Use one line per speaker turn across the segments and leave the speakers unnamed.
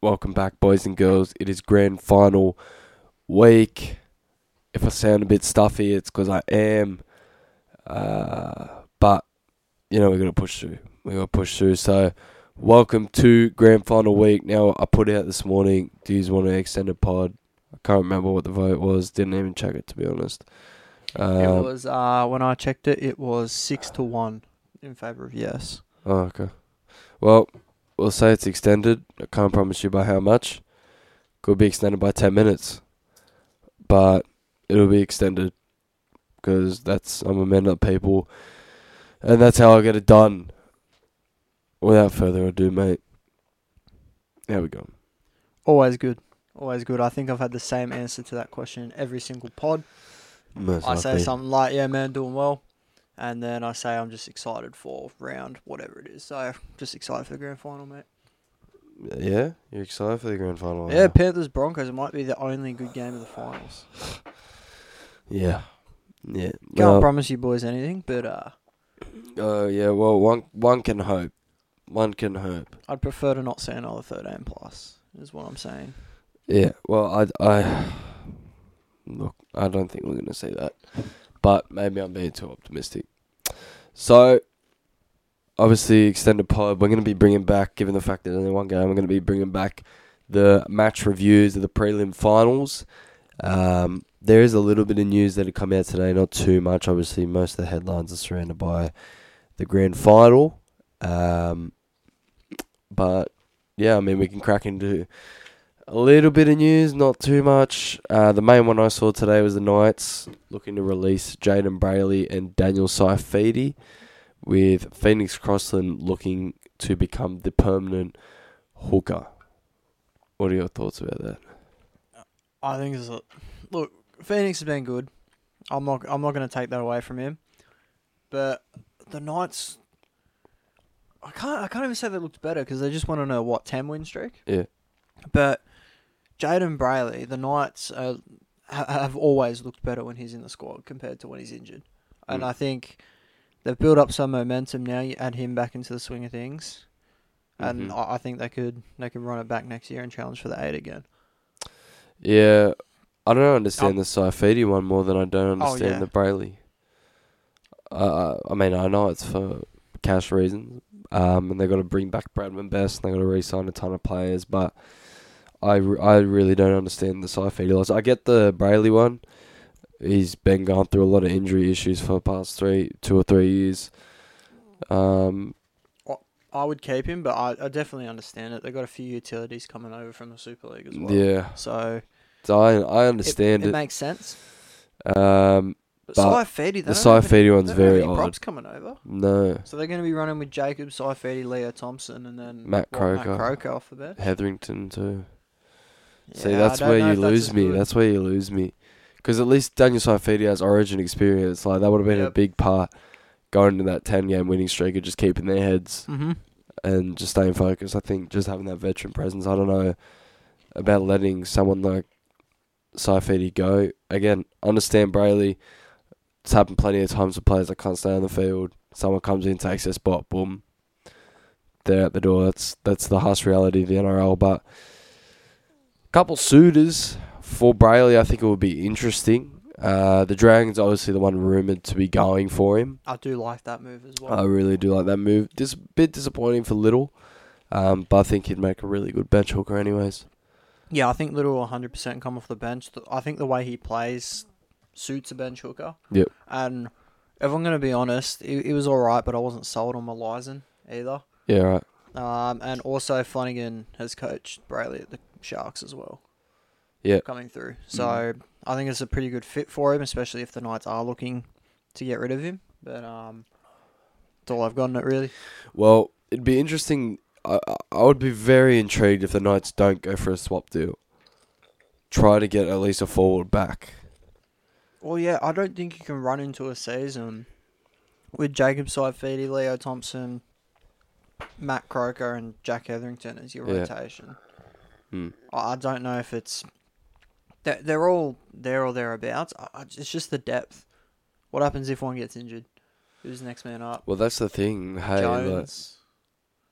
Welcome back, boys and girls. It is grand final week. If I sound a bit stuffy, it's because I am. Uh, but, you know, we're going to push through. We're going to push through. So, welcome to grand final week. Now, I put out this morning, do you want an extended pod? I can't remember what the vote was. Didn't even check it, to be honest. Um,
it was uh, when I checked it, it was six to one in favor of yes.
Oh, okay. Well, we'll say it's extended. I can't promise you by how much. Could be extended by 10 minutes. But it'll be extended because that's, I'm a man up people. And that's how I get it done. Without further ado, mate. There we go.
Always good. Always good. I think I've had the same answer to that question in every single pod.
Most
I say
likely.
something like, "Yeah, man, doing well," and then I say, "I'm just excited for round whatever it is." So just excited for the grand final, mate.
Yeah? You're excited for the grand final?
Yeah,
huh?
Panthers Broncos might be the only good game of the finals.
Yeah. Yeah.
Can't
Well,
promise you boys anything, but uh,
Oh, yeah. Well, one, one can hope. One can hope.
I'd prefer to not see another 13 plus. Is what I'm saying.
Yeah, well, I, I look, I don't think we're going to see that, but maybe I'm being too optimistic. So, obviously, extended pod. We're going to be bringing back, given the fact that there's only one game, we're going to be bringing back the match reviews of the prelim finals. Um, there is a little bit of news that had come out today, not too much. Obviously, most of the headlines are surrounded by the grand final. Um, but yeah, I mean, we can crack into a little bit of news, not too much. Uh, the main one I saw today was the Knights looking to release Jaden Brayley and Daniel Saifidi, with Phoenix Crossland looking to become the permanent hooker. What are your thoughts about that?
I think it's a, look. Phoenix has been good. I'm not. I'm not going to take that away from him. But the Knights, I can't. I can't even say they looked better because they just want to know what ten win streak.
Yeah.
But Jaden Brayley, the Knights uh, ha- have always looked better when he's in the squad compared to when he's injured, and
Mm.
I think they've built up some momentum now. You add him back into the swing of things, and
Mhm.
I, I think they could they could run it back next year and challenge for the eight again.
Yeah, I don't understand
Um,
the Saifidi one more than I don't
Oh,
understand
yeah.
the Brayley. Uh, I mean, I know it's for cash reasons, um, and they got to bring back Bradman Best, and they got to re-sign a ton of players, but I, re- I really don't understand the Saifidi loss. I get the Brayley one. He's been going through a lot of injury issues for the past three, two or three years. Um,
I would keep him, but I, I definitely understand it. They've got a few utilities coming over from the Super League as well.
yeah,
So
so I, I
it-
understand
it,
it.
makes sense.
um,
But,
But
Saifedi, they
the
don't have any-
Saifidi one's
they don't have
very
any
odd.
props coming over.
No,
So they're going to be running with Jacob, Saifedi, Leo Thompson, and then
Matt
what, Matt
Croker.
Croker off the bench.
Hetherington too. See,
Yeah, I
that's
don't
where
know
you
if that's
lose
as
me.
good.
That's where you lose me. Because at least Daniel Saifidi has origin experience. Like, that would have been a
Yep.
big part going into that 10 game winning streak of just keeping their heads
Mhm.
and just staying focused. I think just having that veteran presence. I don't know about letting someone like Saifidi go. Again, understand Brayley. It's happened plenty of times with players that can't stay on the field. Someone comes in, takes their spot, boom. They're out the door. That's that's the harsh reality of the NRL. But a couple suitors for Brayley, I think it would be interesting. Uh, the Dragons obviously the one rumored to be going for him.
I do like that move as well.
I really do like that move. Dis- bit disappointing for Little, um, but I think he'd make a really good bench hooker, anyways.
yeah, I think Little will 100% come off the bench. Th- I think the way he plays suits a bench hooker.
Yep.
And if I'm going to be honest, it, it was all right, but I wasn't sold on Malizon either.
Yeah, right.
Um, and also Flanagan has coached Brayley at the Sharks as well.
Yeah.
Coming through. So I think it's a pretty good fit for him, especially if the Knights are looking to get rid of him. But um, that's all I've got on it, really.
Well, it'd be interesting. I, I- I would be very intrigued if the Knights don't go for a swap deal. Try to get at least a forward back.
Well, yeah, I don't think you can run into a season with Jacob Saifidi, Leo Thompson, Matt Croker, and Jack Etherington as your
Yeah.
rotation.
Hmm.
I I don't know if it's they're, they're all there or thereabouts. I- I- It's just the depth. What happens if one gets injured? Who's the next man up?
Well, that's the thing. Hey, like,
Jones.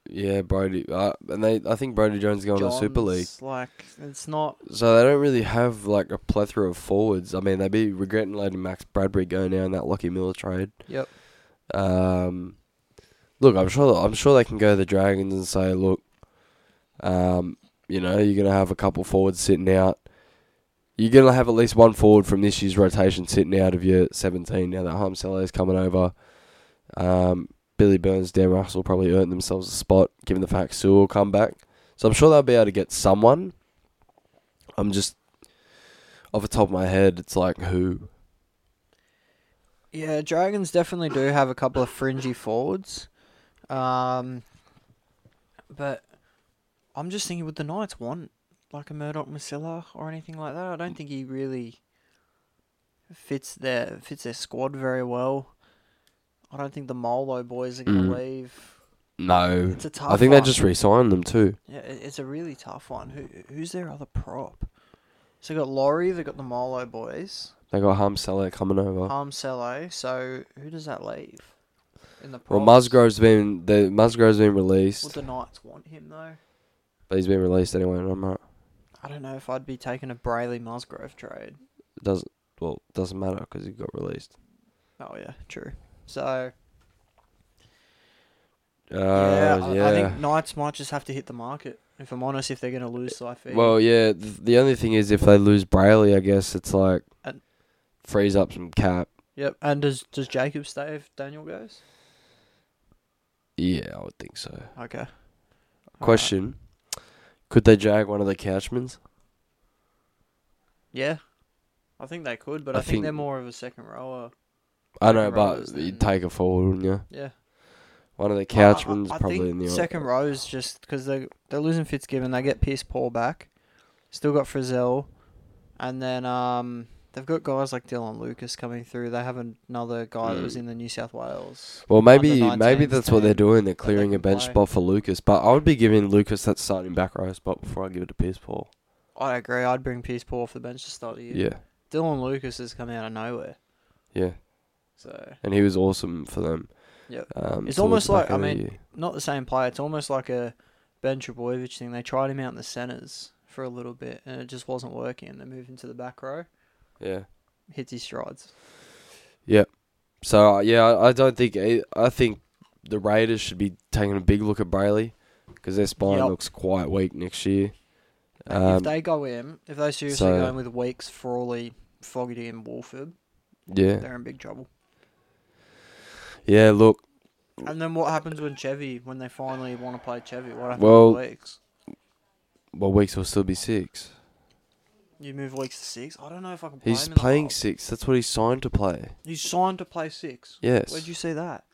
yeah, Brody, uh, and they I think Brody Jones going to the Super League,
Johns, Like it's not.
so they don't really have like a plethora of forwards. I mean, they'd be regretting letting Max Bradbury go now in that Lockie Miller trade.
Yep.
Um, look, I'm sure I'm sure they can go to the Dragons and say, look, um, you know, you're gonna have a couple forwards sitting out. You're gonna have at least one forward from this year's rotation sitting out of your 17. Now that Harmsella is coming over, um, Billy Burns, Dan Russell probably earned themselves a spot, given the fact Sue will come back. So I'm sure they'll be able to get someone. I'm just off the top of my head, it's like who?
Yeah, Dragons definitely do have a couple of fringy forwards, um, but I'm just thinking would the Knights want like a Murdoch Masilla or anything like that? I don't think he really fits their fits their squad very well. I don't think the Molo boys are going to
Mm.
leave.
No,
It's a tough.
I think they
one.
just re-signed them too.
Yeah, it- it's a really tough one. Who who's their other prop? So they got Laurie, they got the Molo boys,
They got Hamsella coming over.
Armcello. So who does that leave? In the
well,
props?
Musgrove's been the Musgrove's been
Would
released,
the Knights want him though?
but he's been released anyway. And I'm not.
I don't know if I'd be taking a Brayley Musgrove trade.
It doesn't well it doesn't matter because he got released.
Oh yeah, true. So
Uh,
yeah,
yeah.
I, I think Knights might just have to hit the market. If I'm honest, if they're going to lose Saifidi.
well, yeah. Th- the only thing is if they lose Brayley, I guess it's like
And-
frees up some cap.
yep. And does does Jacob stay if Daniel goes?
Yeah, I would think so.
Okay. Alright.
Question: Could they jag one of the Couchmans?
Yeah, I think they could, but I,
I
think, they're
think-
more of a second rower.
I know,
Second
but
rowers
you'd
then.
take a forward, wouldn't you?
Yeah.
One of the
I- I-
Couchmans
I, I
probably
think
in the
second rows just because they they're losing Fitzgibbon. They get Pierce Paul back. Still got Frizzell, and then um they've got guys like Dylan Lucas coming through. They have another guy that was
Mm.
in the New South Wales.
Well, maybe
under
maybe
19s
that's what they're
team
doing. They're
they
clearing a
can
bench
play.
spot for Lucas, but I would be giving Lucas that starting back row spot before I give it to Pierce Paul.
I agree. I'd bring Pierce Paul off the bench to start the year.
Yeah,
Dylan Lucas has come out of nowhere,
yeah,
so
and he was awesome for them.
Yep.
Um,
It's
towards
almost
the back
like- I
end of the
mean,
year.
not the same player. It's almost like a Ben Trebojevic thing. They tried him out in the centres for a little bit, and it just wasn't working. They moved into the back row.
yeah.
Hits his strides.
So uh, yeah, I, I don't think I, I think the Raiders should be taking a big look at Brayley because their spine
Yep.
looks quite weak next year.
Mate,
Um,
if they go in, if they seriously
so-
go in with Weeks, Frawley, Fogarty, and Wolford,
Yeah,
they're in big trouble.
yeah. Look,
And then what happens when Chevy, when they finally want to play Chevy? What happens
Well-
with Weeks?
well, Weeks will still be six.
You move Weeks to six? I don't know if I can play
He's
him in the
playing
half.
six. That's what he's signed to play.
He's signed to play six.
Yes,
Where'd you see that?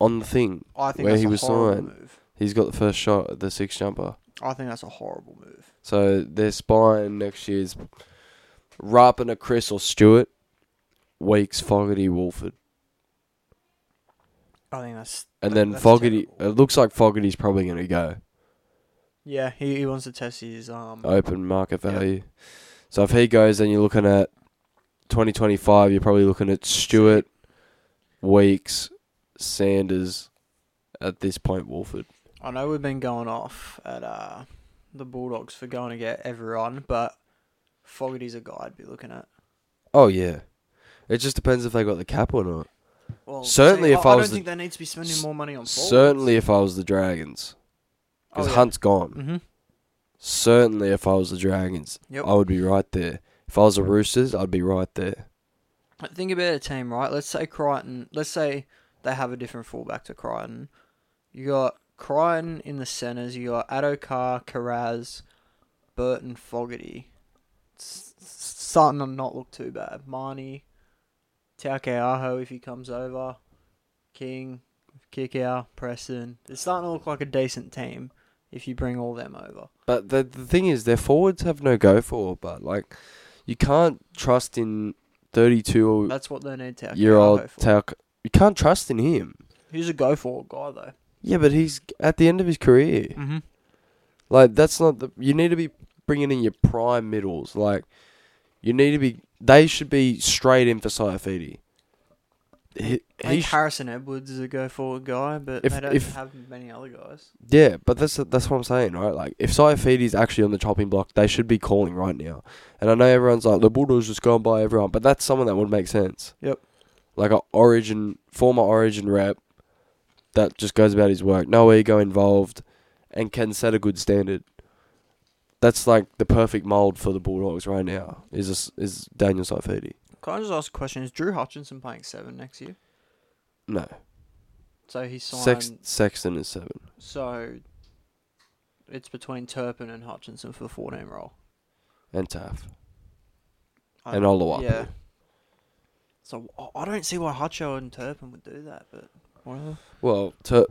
on the thing,
I think
Where
that's
he
a
was
horrible
signed.
move.
he's got the first shot at the six jumper.
I think that's a horrible move.
So their spine next year is Rappin a Chris or Stewart, Weeks, Fogarty, Wolford.
I think that's.
And
that-
then
that's
Fogarty,
terrible.
it looks like Fogarty's probably going to go
Yeah, he, he wants to test his um.
open market
Yeah.
value. So if he goes, then you're looking at 2025, you're probably looking at Stewart, Weeks, Sanders, at this point, Wolford.
I know we've been going off at uh the Bulldogs for going to get everyone, but Fogarty's a guy I'd be looking at.
Oh, yeah. It just depends if they got the cap or not.
Well,
Certainly
see,
if I
I,
was
don't
the-
think they need to be spending more money on forwards.
Certainly if I was the Dragons. Because Hunt's gone.
hmm
Certainly if I was the Dragons.
Yep.
I would be right there. If I was the Roosters, I'd be right there.
Think about a team, right? Let's say Crichton. Let's say they have a different fullback to Crichton. You got Crichton in the centres. You got Adokar, Carraz, Burton, Fogarty. It's it's starting to not look too bad. Marnie, Taukeaho if he comes over, King, Kickout, Preston. It's starting to look like a decent team if you bring all them over.
But the the thing is, their forwards have no go for. But like, you can't trust in thirty two
That's what they need Taukeaho
year old
for.
Tauk. You can't trust in him.
He's a go for guy though.
Yeah, but he's at the end of his career.
Mm-hmm.
Like that's not the. You need to be bringing in your prime middles. Like, you need to be. They should be straight in for Saifidi. he,
I
he
think
sh-
Harrison Edwards is a go forward guy, but
If-
they don't
if-
have many other guys.
yeah, but that's that's what I'm saying, right? Like, if Saifidi's actually on the chopping block, they should be calling right now. And I know everyone's like, the Bulldogs just going by everyone, but that's someone that would make sense.
Yep.
Like a Origin former Origin rep that just goes about his work, no ego involved, and can set a good standard. That's like the perfect mold for the Bulldogs right now. Is this, is Daniel Saifidi?
Can I just ask a question? Is Drew Hutchinson playing seven next year?
No,
So he signed.
Sex, Sexton is seven.
So it's between Turpin and Hutchinson for the 14 role.
and Taff
I-
and Oluwapu.
Yeah. So I- I don't see why Hutcho and Turpin would do that, but whatever.
Well, Tur-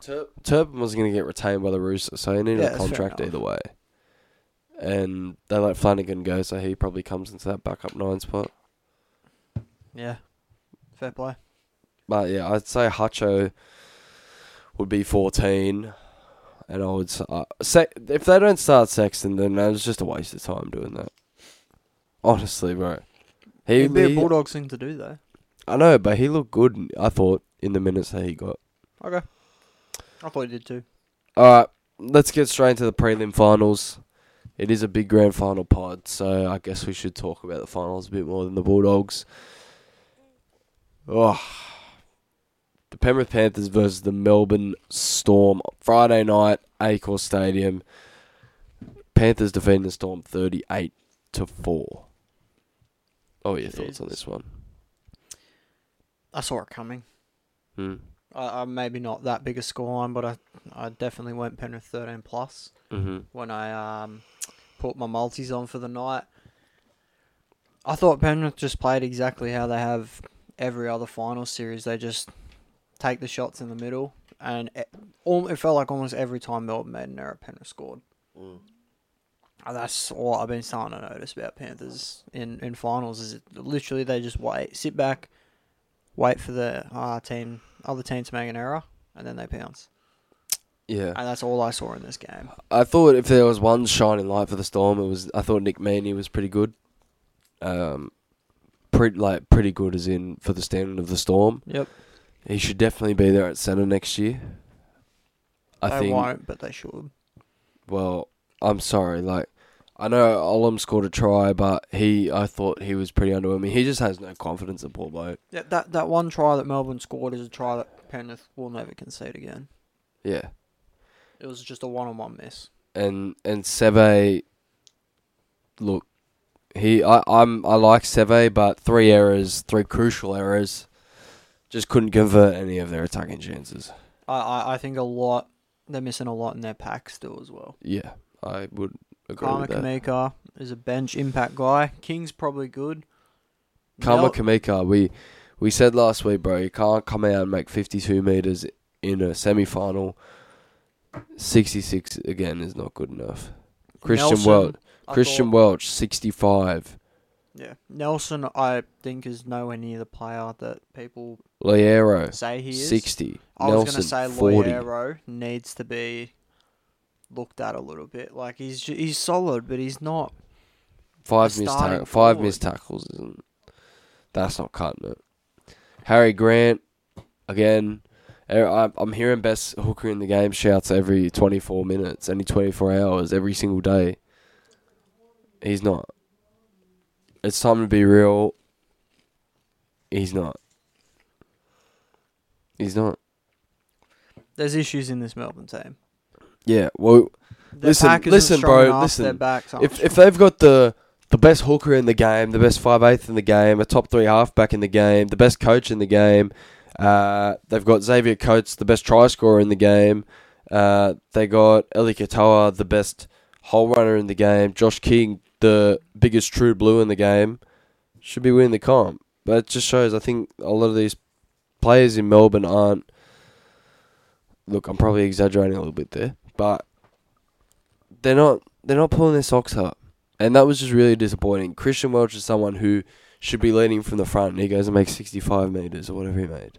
Tur- Turpin was going to get retained by the Roosters, so he needed
Yeah,
a
that's fair
contract
enough.
either way. And they let Flanagan go, so he probably comes into that backup nine spot.
Yeah. Fair play.
But yeah, I'd say Hacho would be fourteen, and I would s- uh, say if they don't start Sexton, then it's just a waste of time doing that. Honestly, bro, he,
It'd be a
he-
Bulldogs thing to do, though.
I know, but he looked good. I thought in the minutes that he got.
Okay. I thought he did too.
All right, let's get straight into the prelim finals. It is a big grand final pod, so I guess we should talk about the finals a bit more than the Bulldogs. Oh, the Penrith Panthers versus the Melbourne Storm Friday night, Acor Stadium. Panthers defeating the Storm thirty-eight to four. Oh, your thoughts on
Jesus.
this one?
I saw it coming.
Hmm.
I, I maybe not that big a scoreline, but I, I definitely went Penrith 13 plus
Mm-hmm.
when I um, put my multis on for the night. I thought Penrith just played exactly how they have every other final series. They just take the shots in the middle, and it, al- it felt like almost every time Melbourne made an error, Penrith scored. And that's what I've been starting to notice about Panthers in, in finals is it, literally they just wait, sit back, wait for the uh, team other team to make an error, and then they pounce.
Yeah.
And that's all I saw in this game.
I thought if there was one shining light for the Storm, it was I thought Nick Meaney was pretty good. Um, pretty like pretty good as in for the standard of the Storm.
Yep.
He should definitely be there at centre next year. I
they
think.
won't, but they should.
Well, I'm sorry. Like I know Olam scored a try, but he I thought he was pretty underwhelming. He just has no confidence at ball bloke.
Yeah, that that one try that Melbourne scored is a try that Penrith will never concede again.
Yeah.
It was just a one-on-one miss.
and and Seve, look, he I I'm I like Seve, but three errors, three crucial errors, just couldn't convert any of their attacking chances.
I, I, I think a lot they're missing a lot in their pack still as well.
Yeah, I would agree
Karma
with that.
Kamika is a bench impact guy. King's probably good.
Karma
Mel-
Kamika, we we said last week, bro, you can't come out and make 52 meters in a semi final. 66 again is not good enough. Christian
Nelson,
Welch,
I
Christian
thought-
Welch, 65.
Yeah, Nelson, I think is nowhere near the player that people
Liero,
say he is.
60.
I
Nelson,
was going to say
40.
Loyero needs to be looked at a little bit. Like he's ju- he's solid, but he's not.
Five
The
missed
starting
tack- five
forward.
missed tackles isn't that's not cutting it. Harry Grant again. eh, I'm I'm hearing best hooker in the game shouts every 24 minutes, any 24 hours, every single day. He's not. It's time to be real. He's not. He's not.
There's issues in this Melbourne team.
Yeah. Well,
Their
Listen-
pack isn't
listen,
strong
bro,
enough,
listen.
Their backs aren't
if if they've got the the best hooker in the game, the best five eighth in the game, a top three halfback in the game, the best coach in the game, uh, they've got Xavier Coates, the best try scorer in the game. Uh, they got Eli Katoa, the best hole runner in the game. Josh King, the biggest true blue in the game, should be winning the comp. But it just shows. I think a lot of these players in Melbourne aren't. Look, I'm probably exaggerating a little bit there, but they're not they're not pulling their socks up. And that was just really disappointing. Christian Welch is someone who should be leading from the front and he goes and makes 65 metres or whatever he made.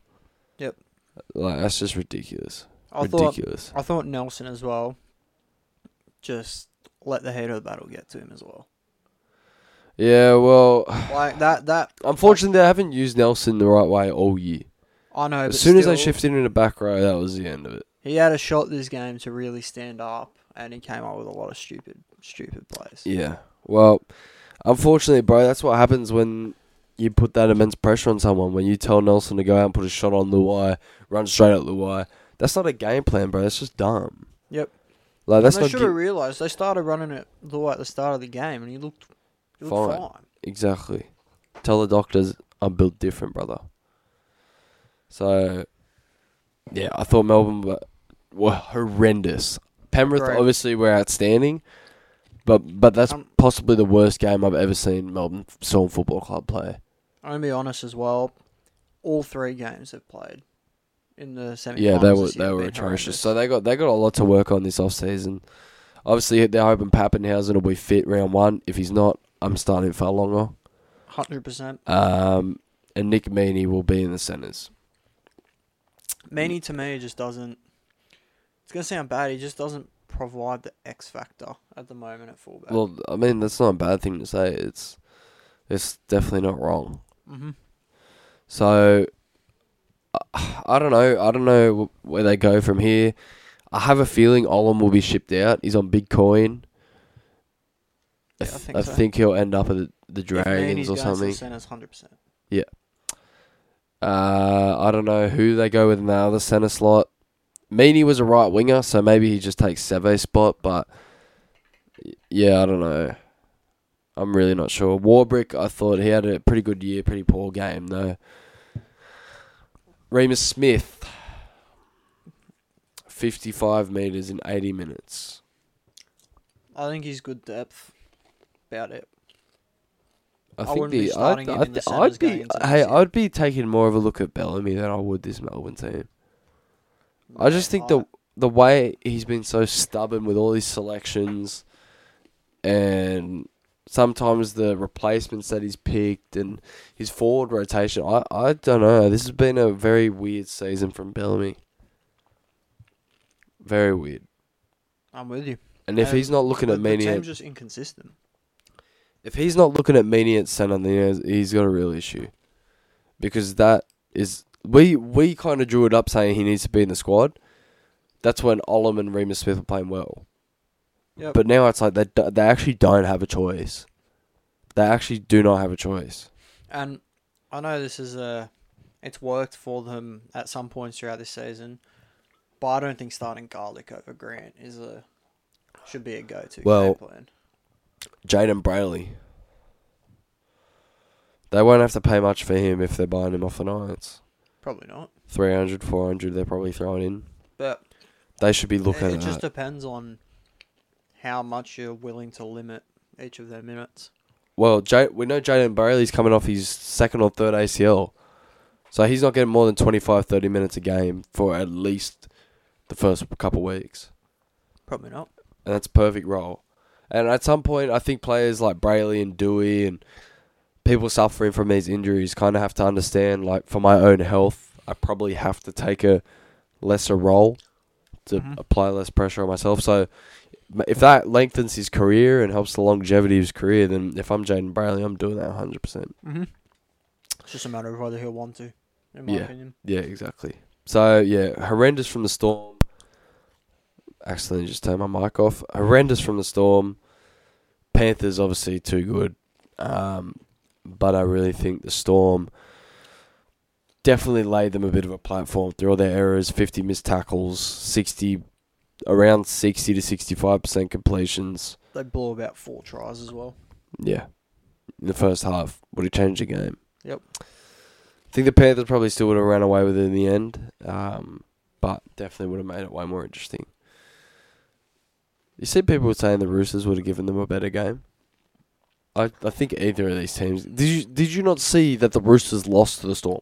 Yep.
Like, that's just ridiculous.
I thought
ridiculous.
I thought Nelson as well. Just let the heat of the battle get to him as well.
Yeah, well,
Like that. That
unfortunately, they haven't used Nelson the right way all year.
I know. but
As soon as they
still,
shifted in the back row, that was the end of it.
he had a shot this game to really stand up, and he came up with a lot of stupid, stupid plays.
Yeah. Well, unfortunately, bro, that's what happens when you put that immense pressure on someone. When you tell Nelson to go out and put a shot on Luai, run straight at Luai. That's not a game plan, bro. That's just dumb.
Yep.
Like that's
and they
not
should
gi-
have realised they started running it Lua at the start of the game, and he looked, he looked
Fine.
fine.
exactly. Tell the doctors I'm built different, brother. So, yeah, I thought Melbourne were, were horrendous. Penrith
Great.
obviously were outstanding, but but that's
Um,
possibly the worst game I've ever seen Melbourne Storm Football Club play.
I'm gonna be honest as well. All three games they've played in the semi.
Yeah, they were they were atrocious. So they got they got a lot to work on this off season. Obviously, they're hoping Pappenhausen will be fit round one. If he's not, I'm starting Farlonger.
Hundred percent.
Um, and Nick Meaney will be in the centres.
Meany to me just doesn't. It's gonna sound bad. He just doesn't provide the X factor at the moment at fullback.
Well, I mean that's not a bad thing to say. It's it's definitely not wrong.
hmm
So I I don't know. I don't know wh- where they go from here. I have a feeling Olam will be shipped out. He's on Bitcoin. I,
Yeah, I
th-
think
I
so.
think he'll end up at the, the Dragons or something.
Hundred percent.
Uh, I don't know who they go with in the other centre slot. Meany was a right winger, so maybe he just takes Seve's spot, but y- yeah, I don't know. I'm really not sure. Warbrick, I thought he had a pretty good year, pretty poor game, though. Remus Smith, 55 metres in 80 minutes.
I think he's good depth. About it.
I
I
think
wouldn't be
the, I'd,
starting him in
I'd,
the centres
I'd
going
be
into
hey,
this year.
I'd be taking more of a look at Bellamy than I would this Melbourne team. I just think
Man,
the the way he's been so stubborn with all his selections, and sometimes the replacements that he's picked and his forward rotation. I I don't know. This has been a very weird season from Bellamy. Very weird.
I'm with you.
And if
And
he's not looking
The,
at
the
Meany,
team's
at,
just inconsistent.
if he's not looking at Meany at centre, then he has- he's got a real issue, because that is we we kind of drew it up saying he needs to be in the squad. That's when Olam and Remus Smith were playing well.
Yep.
But now it's like they do- they actually don't have a choice. They actually do not have a choice.
And I know this is a, it's worked for them at some points throughout this season, but I don't think starting Garlic over Grant is a, should be a go-to
Well-
game plan.
Jaden Brayley. They won't have to pay much for him if they're buying him off the Knights.
Probably not,
300, 400 they're probably throwing in.
but
They should be looking at
it, it just
that.
depends on how much you're willing to limit each of their minutes.
well, J- we know Jaden Brayley's coming off his second or third ACL. So he's not getting more than 25, 30 minutes a game for at least the first couple weeks.
Probably not.
and that's a perfect role. And at some point, I think players like Brayley and Dewey and people suffering from these injuries kind of have to understand, like, for my own health, I probably have to take a lesser role to
Mhm.
apply less pressure on myself. So m- if that lengthens his career and helps the longevity of his career, then if I'm Jaden Brayley, I'm doing that 100%.
Mm-hmm. It's just a matter of whether he'll want to, in my
Yeah.
opinion.
Yeah, exactly. So, yeah, horrendous from the storm. Accidentally just turned my mic off. Horrendous from the storm. Panthers obviously too good. Um, but I really think the storm definitely laid them a bit of a platform through all their errors, 50 missed tackles, 60 around 60 to 65% completions.
They blew about four tries as well.
Yeah. In the first half, would have changed the game.
Yep.
I think the Panthers probably still would have ran away with it in the end, um, but definitely would have made it way more interesting. You see, people were saying the Roosters would have given them a better game. I, I think either of these teams. Did you did you not see that the Roosters lost to the Storm?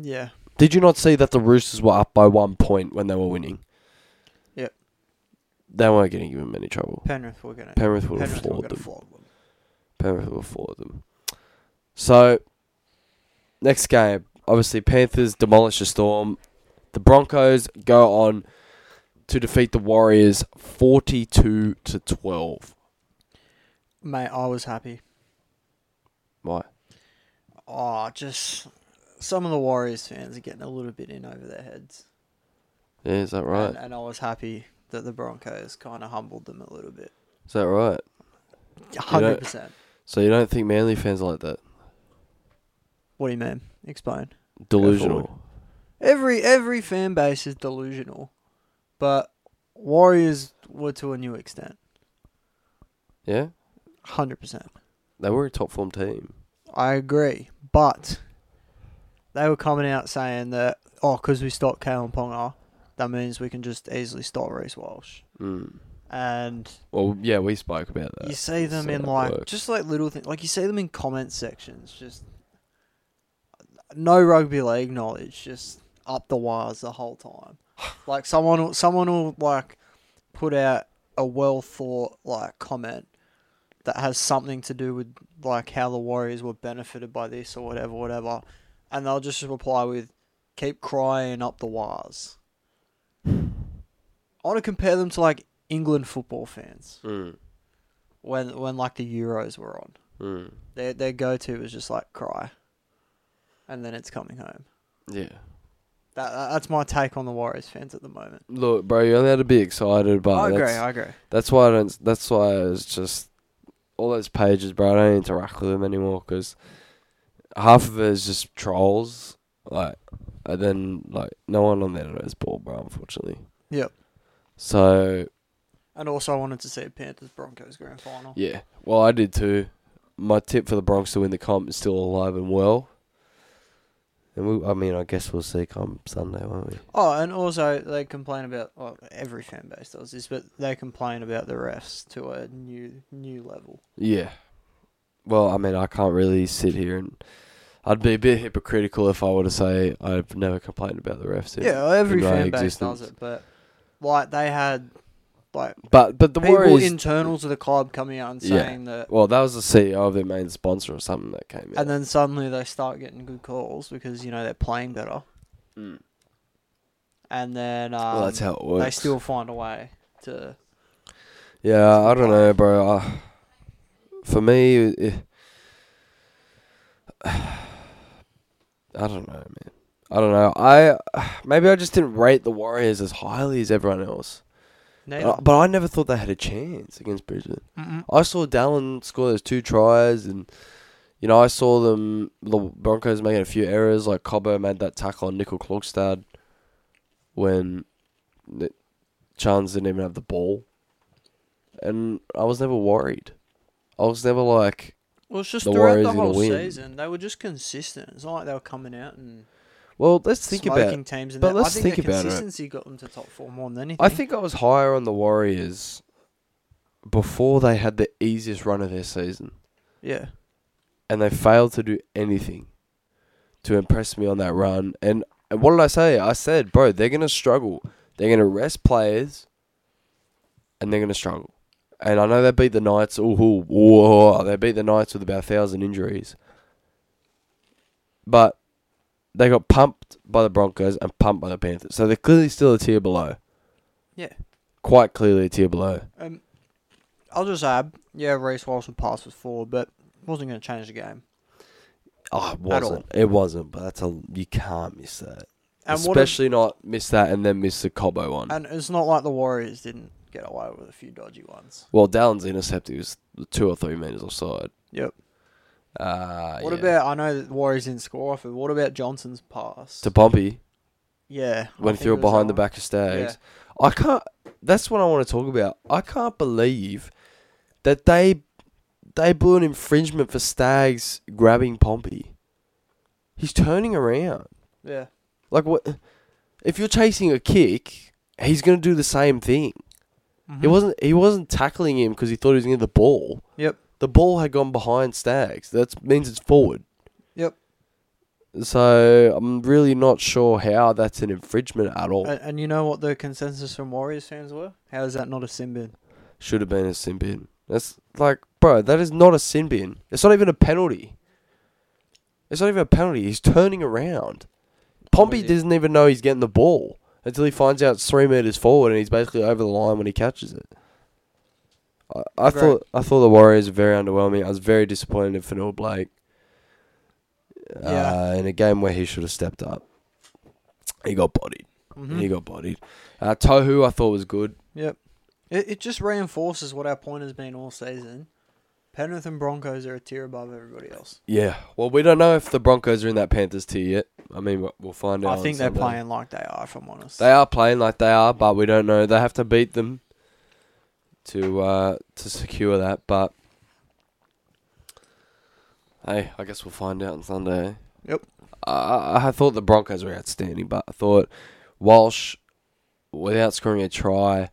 Yeah.
Did you not see that the Roosters were up by one point when they were winning?
Yep.
They weren't getting given any trouble.
Penrith were gonna.
Penrith would have
Penrith were
floored
gonna
them.
flog them.
Penrith will afford them. So, next game, obviously Panthers demolish the Storm. The Broncos go on to defeat the Warriors forty-two to twelve.
Mate, I was happy.
Why?
Oh, just some of the Warriors fans are getting a little bit in over their heads.
Yeah, is that right?
And, and I was happy that the Broncos kind of humbled them a little bit.
Is that right?
100%.
So you don't think Manly fans are like that?
What do you mean? Explain.
Delusional.
Every every fan base is delusional, but Warriors were to a new extent.
Yeah?
100%.
They were a top form team.
I agree, but they were coming out saying that, oh, because we stopped Kalen Ponga, that means we can just easily stop Reese Walsh.
Mm.
And
Well, yeah, we spoke about that.
you see them
so
in
that
like
works.
just like little things, like you see them in comment sections, just no rugby league knowledge, just up the wires the whole time. like someone, will, someone will like put out a well thought like comment that has something to do with like how the Warriors were benefited by this or whatever, whatever, and they'll just reply with "keep crying up the wires." I want to compare them to like England football fans
Mm.
when when like the Euros were on.
Mm.
Their their go to was just like cry, and then it's coming home.
Yeah.
That that- that's my take on the Warriors fans at the moment.
Look, bro, you're only allowed to be excited, but
I agree.
Oh, that's,
I agree.
that's why I don't. That's why it's just all those pages, bro. I don't interact with them anymore because half of it is just trolls. Like, and then like no one on the internet is ball, bro. Unfortunately.
Yep.
So
And also, I wanted to see Panthers Broncos grand final.
yeah, well, I did too. My tip for the Bronx to win the comp is still alive and well. And we, I mean, I guess we'll see come Sunday, won't we?
Oh, and also they complain about well, every fan base does this, but they complain about the refs to a new new level.
Yeah. Well, I mean, I can't really sit here and I'd be a bit hypocritical if I were to say I've never complained about the refs. in-
yeah, every
in my
fan base
existence.
does it, but like they had like
But but the
people
Warriors.
internal to the club coming out and
Yeah.
saying that
well, that was the CEO of their main sponsor or something that came
And
in.
then suddenly they start getting good calls because you know they're playing better,
Mm.
and then um,
well, that's how it works.
they still find a way to.
Yeah, I don't know, bro. I, for me, it, I don't know, man. I don't know. I maybe I just didn't rate the Warriors as highly as everyone else.
Neither.
But I, but I never thought they had a chance against Brisbane.
Mm-mm.
I saw Dallin score those two tries, and you know I saw them the Broncos making a few errors. Like Cobbo made that tackle on Nickel Klogstad when N- Chance didn't even have the ball, and I was never worried. I was never like,
Well, it's just
The
throughout
Warriors
the
gonna
whole
win.
season they were just consistent. It's not like they were coming out and
well, let's think
smoking
about.
teams. And
but
that.
let's
I think,
think
their
about it.
consistency got them to top four more than anything.
I think I was higher on the Warriors before they had the easiest run of their season.
yeah,
and they failed to do anything to impress me on that run. And and what did I say? I said, bro, they're gonna struggle. They're gonna rest players, and they're gonna struggle. And I know they beat the Knights. Ooh, ooh, whoa, they beat the Knights with about a thousand injuries, but they got pumped by the Broncos and pumped by the Panthers. So they're clearly still a tier below.
Yeah.
quite clearly a tier below.
um, I'll just add, yeah, Reese Walsh would pass was four, but wasn't going to change the game.
Oh, it
all.
wasn't. It wasn't. But that's a you can't miss that.
And what a-
Especially not miss that and then miss the Cobo one.
and it's not like the Warriors didn't get away with a few dodgy ones.
well, Dallin's intercept he was two or three meters offside.
Yep.
Uh,
What
yeah.
about I know that the Warriors didn't score off it. What about Johnson's pass?
to Pompey
yeah, I
when
think
he threw
was uh,
it
that
behind the
one.
back of Stags? I can't. That's what I want to talk about. I can't believe that they they blew an infringement for Stags grabbing Pompey. He's turning around.
Yeah,
Like what? If you're chasing a kick, he's gonna do the same thing. He
Mhm.
wasn't. He wasn't tackling him because he thought he was going to get the ball.
Yep.
The ball had gone behind Stags. That means it's forward.
Yep.
So I'm really not sure how that's an infringement at all.
And, and you know what the consensus from Warriors fans were? How is that not a sin bin?
Should have been a sin bin. That's like, bro, that is not a sin bin. It's not even a penalty. It's not even a penalty. He's turning around. Pompey
with you.
doesn't even know he's getting the ball until he finds out it's three meters forward and he's basically over the line when he catches it. I, I
Great.
thought I thought the Warriors were very underwhelming. I was very disappointed in Fanil Blake.
Yeah.
Uh, in a game where he should have stepped up, he got bodied. He got bodied. Uh, Tohu, I thought was good.
Mm-hmm. Yep. It, it just reinforces what our point has been all season. Penrith and Broncos are a tier above everybody else.
Yeah. Well, we don't know if the Broncos are in that Panthers tier yet. I mean, we'll- we'll find out.
I
on
think they're
Sunday.
playing like they are, if I'm honest.
They are playing like they are, but we don't know. They have to beat them to uh, to secure that. But hey, I guess we'll find out on Sunday. eh?
Yep.
I I, I thought the Broncos were outstanding, but I thought Walsh, without scoring a try,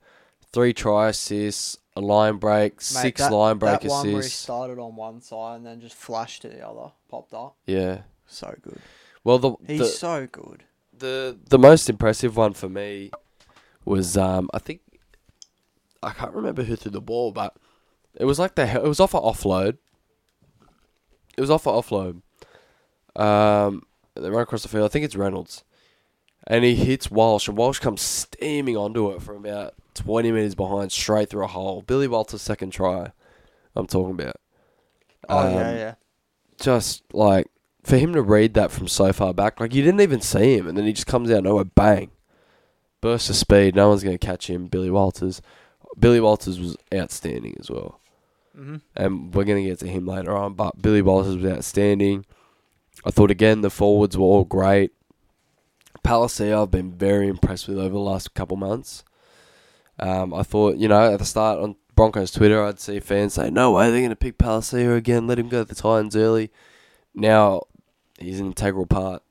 three try assists, a line break,
Mate,
six
that-
line break
That one where he
assists.
started on one side and then just flashed to the other, popped up.
Yeah.
So good.
Well, the
He's
the,
so good.
the the most impressive one for me was um I think I can't remember who threw the ball, but it was like they it was off an offload. It was off an offload. Um, they run across the field. I think it's Reynolds, and he hits Walsh, and Walsh comes steaming onto it from about twenty meters behind, straight through a hole. Billy Walters' second try, I'm talking about.
Oh
Um,
yeah, yeah.
just like for him to read that from so far back, like you didn't even see him, and then he just comes out of nowhere, bang, burst of speed. No one's gonna catch him. Billy Walters, Billy Walters was outstanding as well,
hmm
and Um, we're gonna get to him later on. But Billy Walters was outstanding. I thought again the forwards were all great. Palacio, I've been very impressed with over the last couple months. Um, I thought, you know, at the start on Broncos Twitter, I'd see fans say, "No way, they're going to pick Palacio again. Let him go to the Titans early." Now he's an integral part.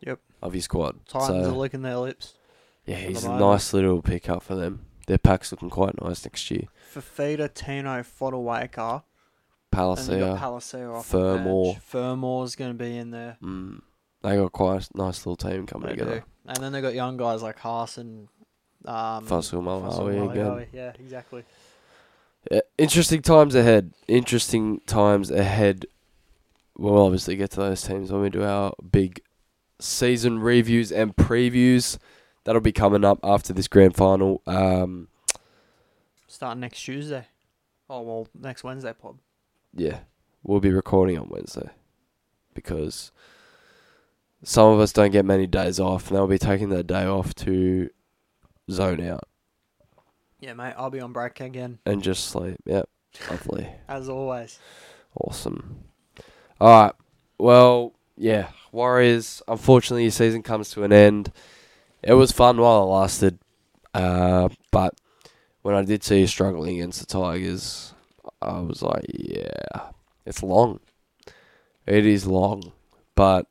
Yep.
Of his squad.
Titans
so
are licking their lips.
yeah, he's a
moment.
nice little pickup for them. Their pack's looking quite nice next year.
Fafita, Tino, Fodawaker, and you got
Palacio,
Palacio off
Fermor.
the bench. Fermore's going to be in there.
mm, they got quite a nice little team coming
They
together.
do. And then they got young guys like Haas and um,
Fasil
Fasil
Malawi again.
Malawi. Yeah, exactly.
Uh, interesting times ahead. Interesting times ahead. We'll obviously get to those teams when we do our big season reviews and previews. That'll be coming up after this grand final. Um,
Starting next Tuesday. Oh well, next Wednesday pod.
yeah, we'll be recording on Wednesday because some of us don't get many days off, and they'll be taking that day off to zone out
Yeah, mate. I'll be on break again
and just sleep. Yep, lovely.
as always.
Awesome. All right. Well, yeah. Warriors. Unfortunately, your season comes to an end. It was fun while it lasted, uh, but when I did see you struggling against the Tigers, I was like, yeah, it's long. It is long, but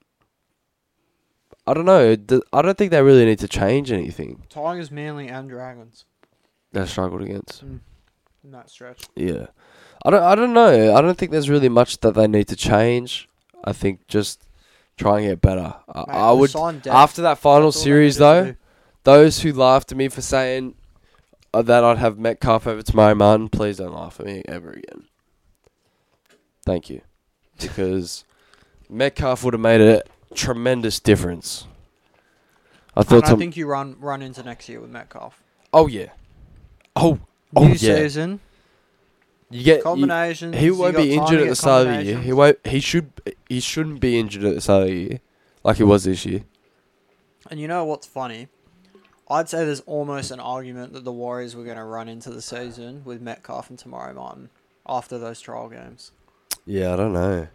I don't know. It d- I don't think they really need to change anything.
Tigers, Manly, and Dragons
They struggled against.
in that stretch.
Yeah. I don't I don't know. I don't think there's really much that they need to change. I think just try and get better. I,
Mate,
I
we
would
signed depth.
after that final
That's all they
series
needed to
though,
do.
those who laughed at me for saying uh, that I'd have Metcalf over Tamari Martin, please don't laugh at me ever again. Thank you. Because Metcalf would have made a tremendous difference. I
And
thought
I
Tam-
think you run run into next year with Metcalf.
Oh yeah. Oh,
New
Oh, yeah.
season,
you get you-
combination.
He won't be injured at the start of the year. He won't. He should. He shouldn't be injured at the start of the year, like he was this year.
And you know what's funny? I'd say there's almost an argument that the Warriors were going to run into the season with Metcalf and Tomorrow Martin after those trial games.
Yeah, I don't know.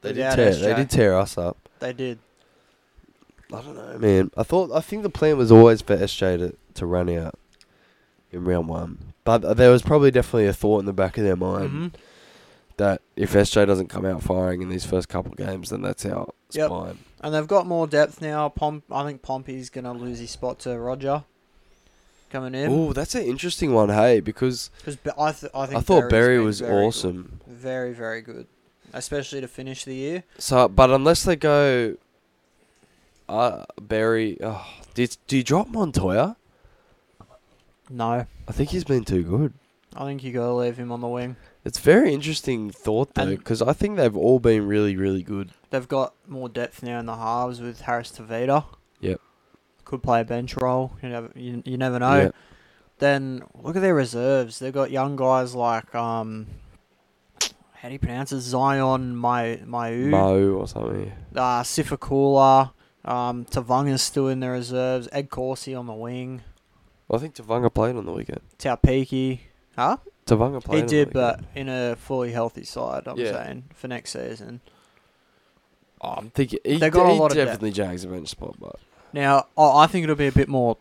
They did
Without
tear.
SJ.
They did tear us up.
They did.
I don't know, man. I thought. I think the plan was always for SJ to to run out in round one, but there was probably definitely a thought in the back of their mind
Mhm.
that if SJ doesn't come out firing in these first couple of games, then that's our
Yep.
spine.
And they've got more depth now. Pom- I think Pompey's going to lose his spot to Roger coming in.
Oh, that's an interesting one, hey, because
Because I, th- I
I,
think
thought
Berry's
Barry
been
was
very good.
awesome.
Very, very good. Especially to finish the year.
So, but unless they go, uh, Barry, oh, did do you drop Montoya?
No.
I think he's been too good.
I think you got to leave him on the wing.
It's very interesting thought though,
And-
because I think they've all been really, really good.
They've got more depth now in the halves with Harris Tavita.
Yep.
Could play a bench role. You never, you, you never know.
Yeah.
then look at their reserves. They've got young guys like um, how do you pronounce it? Zion Mai Mayu,
Mo or something.
uh, Sifakula, um, Tavanga's still in their reserves. Ed Corsi on the wing.
I think Tavanga played on the weekend.
Taupiki. Huh?
Tavanga played.
He
on the weekend.
did, but in a fully healthy side. I'm
Yeah.
saying for next season.
Oh, I'm thinking he,
They got a
he
lot of depth.
definitely jags a bench spot, but
Now, I I think it'll be a bit more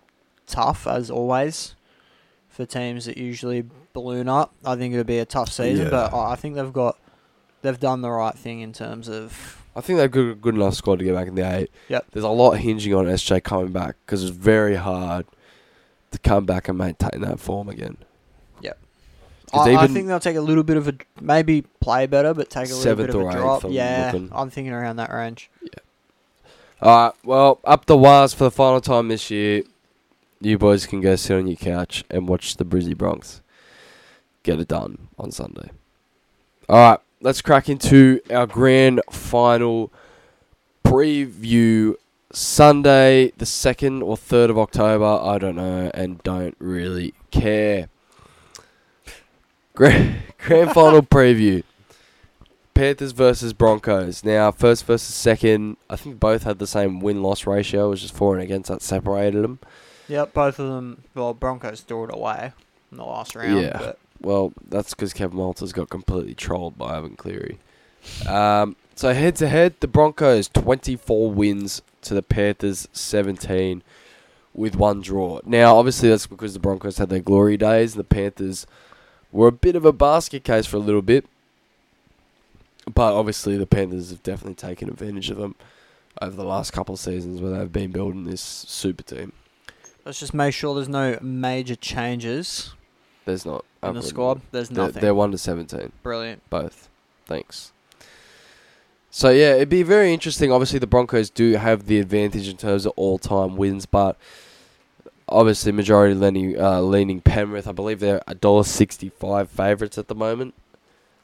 tough as always for teams that usually balloon up. I think it'll be a tough season,
Yeah.
but I I think they've got they've done the right thing in terms of
I think they've got a good enough squad to get back in the eight.
Yep.
There's a lot hinging on SJ coming back because it's very hard to come back and maintain that form again. 'Cause
I, I
even-
think they'll take a little bit of a maybe play better, but take a little
Seventh
bit of
or
a
eighth,
drop.
I'm
yeah,
looking.
I'm thinking around that range.
All right, well, up the wires for the final time this year. You boys can go sit on your couch and watch the Brizzy Bronx get it done on Sunday. All right, let's crack into our grand final preview Sunday, the 2nd or 3rd of October. I don't know and don't really care. Grand, grand final preview. Panthers versus Broncos. Now, first versus second, I think both had the same win loss ratio. It was just for and against that separated them.
Yep, both of them. Well, Broncos threw it away in the last round.
Yeah.
but
Well, that's because Kevin Walters got completely trolled by Evan Cleary. Um, so head to head, the Broncos 24 wins to the Panthers 17 with one draw. Now, obviously, that's because the Broncos had their glory days. The Panthers were a bit of a basket case for a little bit. But obviously, the Panthers have definitely taken advantage of them over the last couple of seasons where they've been building this super team.
let's just make sure there's no major changes
There's not.
in the squad. There's
They're,
nothing.
they're 1 to 17.
Brilliant.
both. Thanks. So yeah, it'd be very interesting. Obviously, the Broncos do have the advantage in terms of all-time wins, but obviously, majority leaning, uh, leaning Penrith. I believe they're a dollar sixty-five favourites at the moment.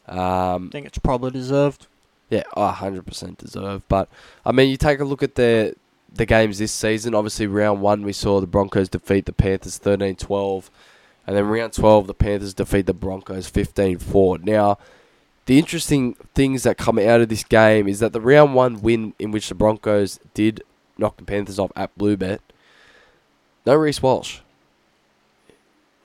Um,
I think it's probably deserved.
yeah, a hundred percent deserved. But I mean, you take a look at their the games this season. Obviously, round one we saw the Broncos defeat the Panthers 13-12. and then round twelve the Panthers defeat the Broncos 15-4. Now, the interesting things that come out of this game is that the round one win in which the Broncos did knock the Panthers off at Bluebet. No Reese Walsh.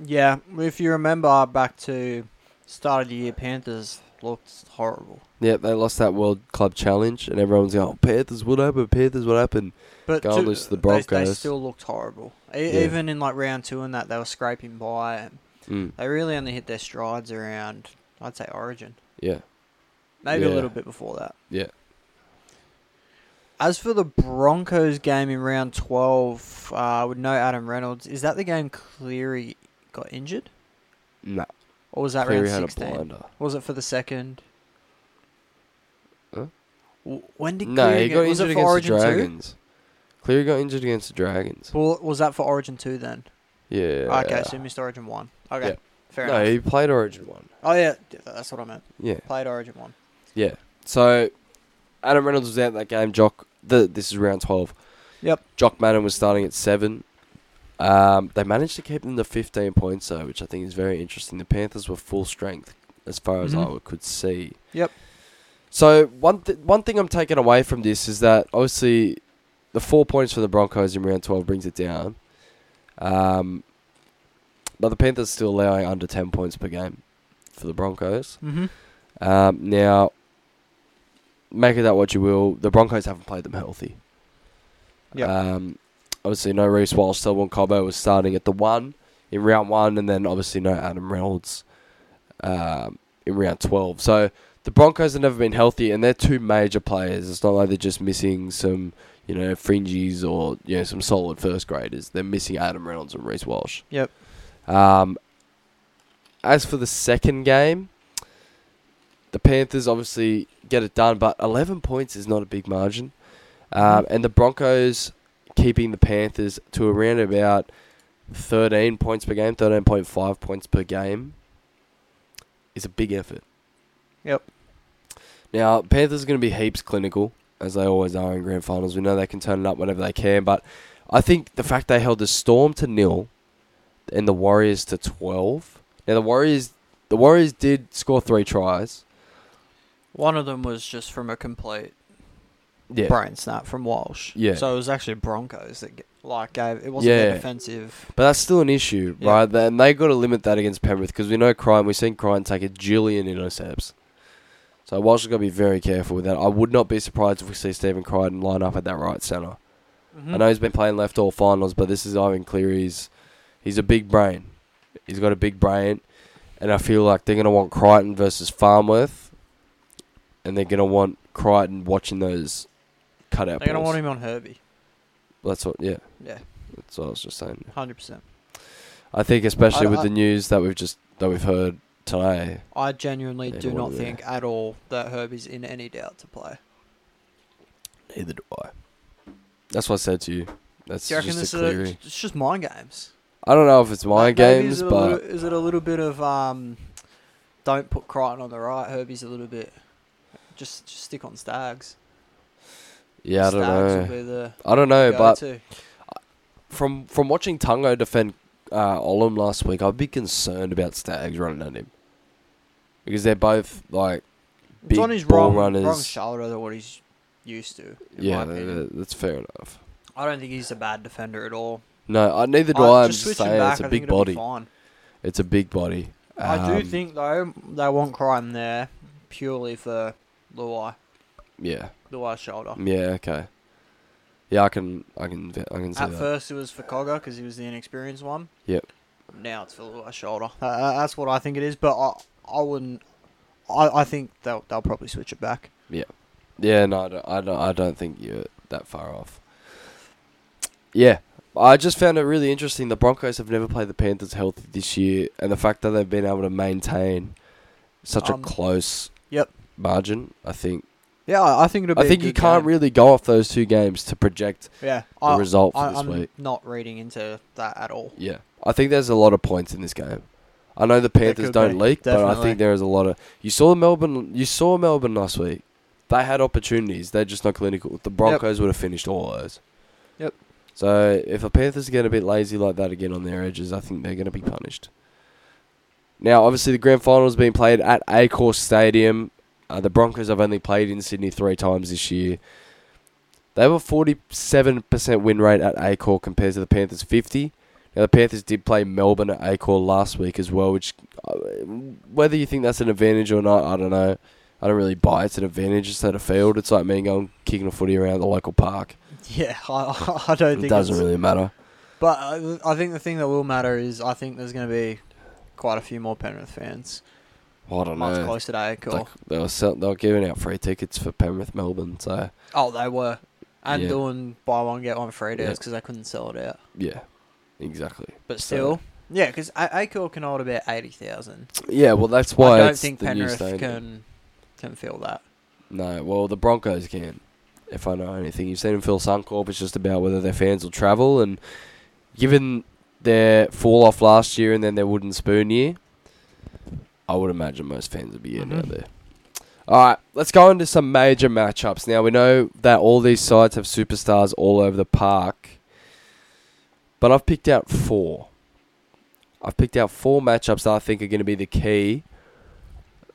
Yeah, if you remember back to start of the year, Panthers looked horrible.
Yeah, they lost that World Club Challenge, and everyone's going, oh, "Panthers, what happened? Panthers, what happened?"
But
Go
to-
and lose to the
they- They,
Broncos.
still looked horrible. E-
Yeah.
Even in like round two and that, they were scraping by.
Mm,
They really only hit their strides around, I'd say, Origin.
yeah,
Maybe
Yeah.
a little bit before that.
yeah.
As for the Broncos game in round 12, uh, with no Adam Reynolds, is that the game Cleary got injured?
Nah,
Or was that
Cleary
round
had a
16?
blinder.
Was it for the second?
Huh?
W- When did
No,
Cleary
he got
get, was
injured
it for
against
Origin
the
2?
Dragons. Cleary got injured against the Dragons.
Well, was that for Origin 2 then?
Yeah.
Okay, so you missed Origin 1. Okay,
Yeah.
fair
no,
enough.
he played Origin one.
Oh, yeah, d- that's what I meant.
Yeah,
Played Origin 1.
yeah. So Adam Reynolds was out that game. Jock, the, this is round twelve.
Yep.
Jock Madden was starting at seven. Um, they managed to keep them to fifteen points though, which I think is very interesting. The Panthers were full strength as far as I
Mhm.
could see.
Yep.
So one th- one thing I'm taking away from this is that obviously the four points from the Broncos in round twelve brings it down. Um, but the Panthers still allowing under ten points per game for the Broncos.
Mm-hmm.
Um, now, make of that what you will. The Broncos haven't played them healthy.
Yep.
Um, obviously, no Reese Walsh. Selwyn Cobbo was starting at the one in round one, and then obviously no Adam Reynolds um, in round 12. So the Broncos have never been healthy, and they're two major players. It's not like they're just missing some, you know, fringes or, you know, some solid first graders. They're missing Adam Reynolds and Reese Walsh.
Yep.
Um, as for the second game, the Panthers obviously get it done, but 11 points is not a big margin. Um, and the Broncos keeping the Panthers to around about 13 points per game, 13.5 points per game is a big effort.
Yep.
Now, Panthers are going to be heaps clinical, as they always are in grand finals. We know they can turn it up whenever they can, but I think the fact they held the Storm to nil and the Warriors to twelve. Now the Warriors, the Warriors did score three tries.
One of them was just from a complete
Yeah,
brain snap from Walsh.
Yeah.
So it was actually Broncos that g- like gave it wasn't
Yeah.
their defensive.
but that's still an issue,
Yeah.
right? And they got to limit that against Penrith because we know Crime. We've seen Crime take a jillion intercepts. So Walsh has got to be very careful with that. I would not be surprised if we see Stephen Crichton line up at that right centre.
Mm-hmm.
I know he's been playing left all finals, but this is Ivan Cleary's. He's a big brain. He's got a big brain, and I feel like they're gonna want Crichton versus Farmworth, and they're gonna want Crichton watching those cutout.
They're gonna
balls.
want him on Herbie.
That's what. Yeah,
Yeah,
that's what I was just saying.
hundred percent.
I think, especially
I-
with
I-
the news that we've just that we've heard today.
I genuinely
They
do
don't
not
want to be
think at all that Herbie's in any doubt to play.
Neither do I. That's what I said to you. That's
Do you reckon
just
this
a
is a,
Cleary.
it's it's just mind games?
I I don't know if it's my
Like, maybe
games,
is it a
but
little, is it a little bit of um, don't put Crichton on the right? Herbie's a little bit just just stick on Stags.
yeah, I don't
Stags
know.
Will be the
I don't know, but
go-to.
from from watching Tungo defend uh, Olam last week, I'd be concerned about Stags running at him because they're both like
it's on
big
his
ball
wrong, wrong
runners.
shoulder than what he's used to. in
yeah,
my
th-
opinion.
th- that's fair enough.
I don't think he's a bad defender at all.
No, I, neither do
I-
I. I'm
just
just
switching
saying
back,
it's a
I
big
think it'll
body.
be fine.
It's a big body.
I do
Um,
think though they want crime there purely for Luai,
Yeah.
Luai's shoulder.
Yeah. Okay. Yeah, I can. I can. I can see
At
that.
first it was for Cogger because he was the inexperienced one.
Yep.
Now it's for Luai's shoulder. Uh, Uh, that's what I think it is, but I I wouldn't. I, I think they'll they'll probably switch it back.
Yeah, no, I don't, I don't. I don't think you're that far off. Yeah, I just found it really interesting. The Broncos have never played the Panthers healthy this year, and the fact that they've been able to maintain such
Um,
a close
yep.
margin, I think.
Yeah, I I think it'll be.
I
a
think you
good
can't
game.
really go off those two games to project
Yeah,
the
I,
result for
I,
this
I'm
week.
not reading into that at all.
Yeah, I think there's a lot of points in this game. I know the Panthers
could
don't
be,
leak, but I
definitely.
think there is a lot of. You saw Melbourne. You saw Melbourne last week. They had opportunities. They're just not clinical. The Broncos would have finished all those.
Yep.
So if the Panthers get a bit lazy like that again on their edges, I think they're going to be punished. Now, obviously, the grand final is being played at Acourse Stadium. Uh, the Broncos have only played in Sydney three times this year. They have a 47% win rate at Acor compared to the Panthers' 50. Now the Panthers did play Melbourne at Acor last week as well, which uh, whether you think that's an advantage or not, I don't know. I don't really buy it's an advantage. It's at a field. It's like me going kicking a footy around the local park.
Yeah, I, I don't
It
think
doesn't
it's-
really matter.
But I, I think the thing that will matter is I think there's going to be quite a few more Penrith fans.
I don't
Much
know.
closer to Acor.
Oh, Like, they were sell- they were giving out free tickets for Penrith Melbourne, so
oh, they were. And
Yeah.
doing buy one, get one free deals
Yeah.
because they couldn't sell it out.
yeah, exactly.
But
So-
still, yeah, because Acor can hold about 80,000.
Yeah, well that's
I
why
don't
it's
think
the new
Penrith
stadium.
can, can fill that.
No, well, the Broncos can, if I know anything. You've seen them fill Suncorp. It's just about whether their fans will travel. And given their fall off last year and then their wooden spoon year, I would imagine most fans would be in
Mhm.
out there. All right, let's go into some major matchups. Now, we know that all these sides have superstars all over the park, but I've picked out four. I've picked out four matchups that I think are going to be the key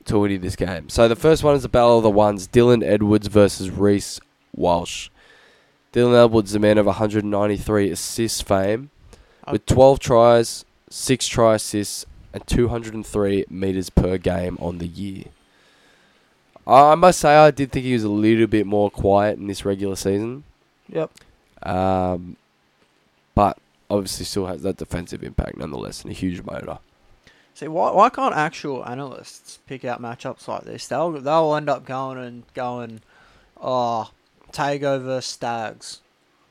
to winning this game. So the first one is the battle of the ones: Dylan Edwards versus Reese Walsh. Dylan Edwards, the man of 193 assist fame,
Um,
with 12 tries, six try assists, and 203 meters per game on the year. I must say, I did think he was a little bit more quiet in this regular season,
Yep.
um, but obviously still has that defensive impact nonetheless, and a huge motor.
See, why, why can't actual analysts pick out matchups like this? They'll, they'll end up going and going, oh, Takeover Stags.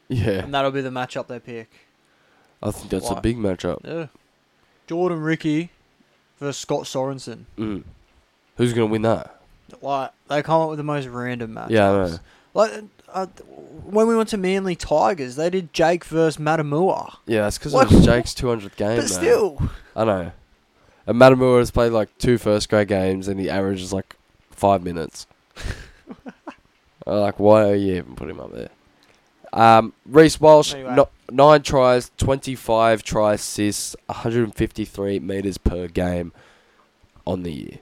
Yeah,
And that'll be the matchup they pick.
I think that's a
Why?
big matchup.
Yeah. Jordan Ricky versus Scott Sorensen.
Mm. Who's gonna win that?
Like they come up with the most random matchups.
Yeah, I know.
Like uh, when we went to Manly Tigers, they did Jake versus Matamua.
Yeah, that's because
What?
it was Jake's 200th game.
But
man.
still,
I know. And Matamura has played like two first grade games, and the average is like Uh, five minutes. I'm like, why are you even putting him up there? Um, Reese Walsh,
Anyway.
no, nine tries, 25 try assists, 153 metres per game on the year.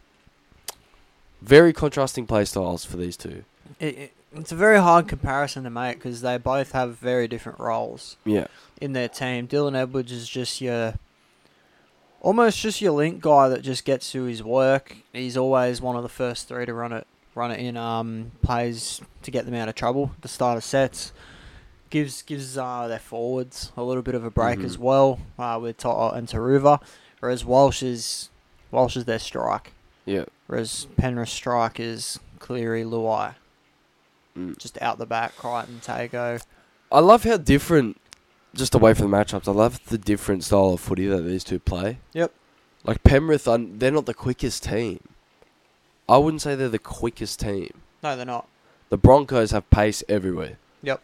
Very contrasting play styles for these two.
It, it, it's a very hard comparison to make because they both have very different roles
Yeah.
in their team. Dylan Edwards is just your, almost just your link guy that just gets to his work. He's always one of the first three to run it, run it in um, plays to get them out of trouble. at The start of sets gives gives uh, their forwards a little bit of a break
Mhm.
as well uh, with To'o and Taruva, whereas Walsh is Walsh is their strike.
Yeah.
Whereas Penrith strike is Cleary, Luai.
Mm.
Just out the back, Crichton, Tago.
I love how different, just away from the matchups, I love the different style of footy that these two play.
Yep.
Like Penrith, are, they're not the quickest team. I wouldn't say they're the quickest team.
No, they're not.
The Broncos have pace everywhere.
Yep.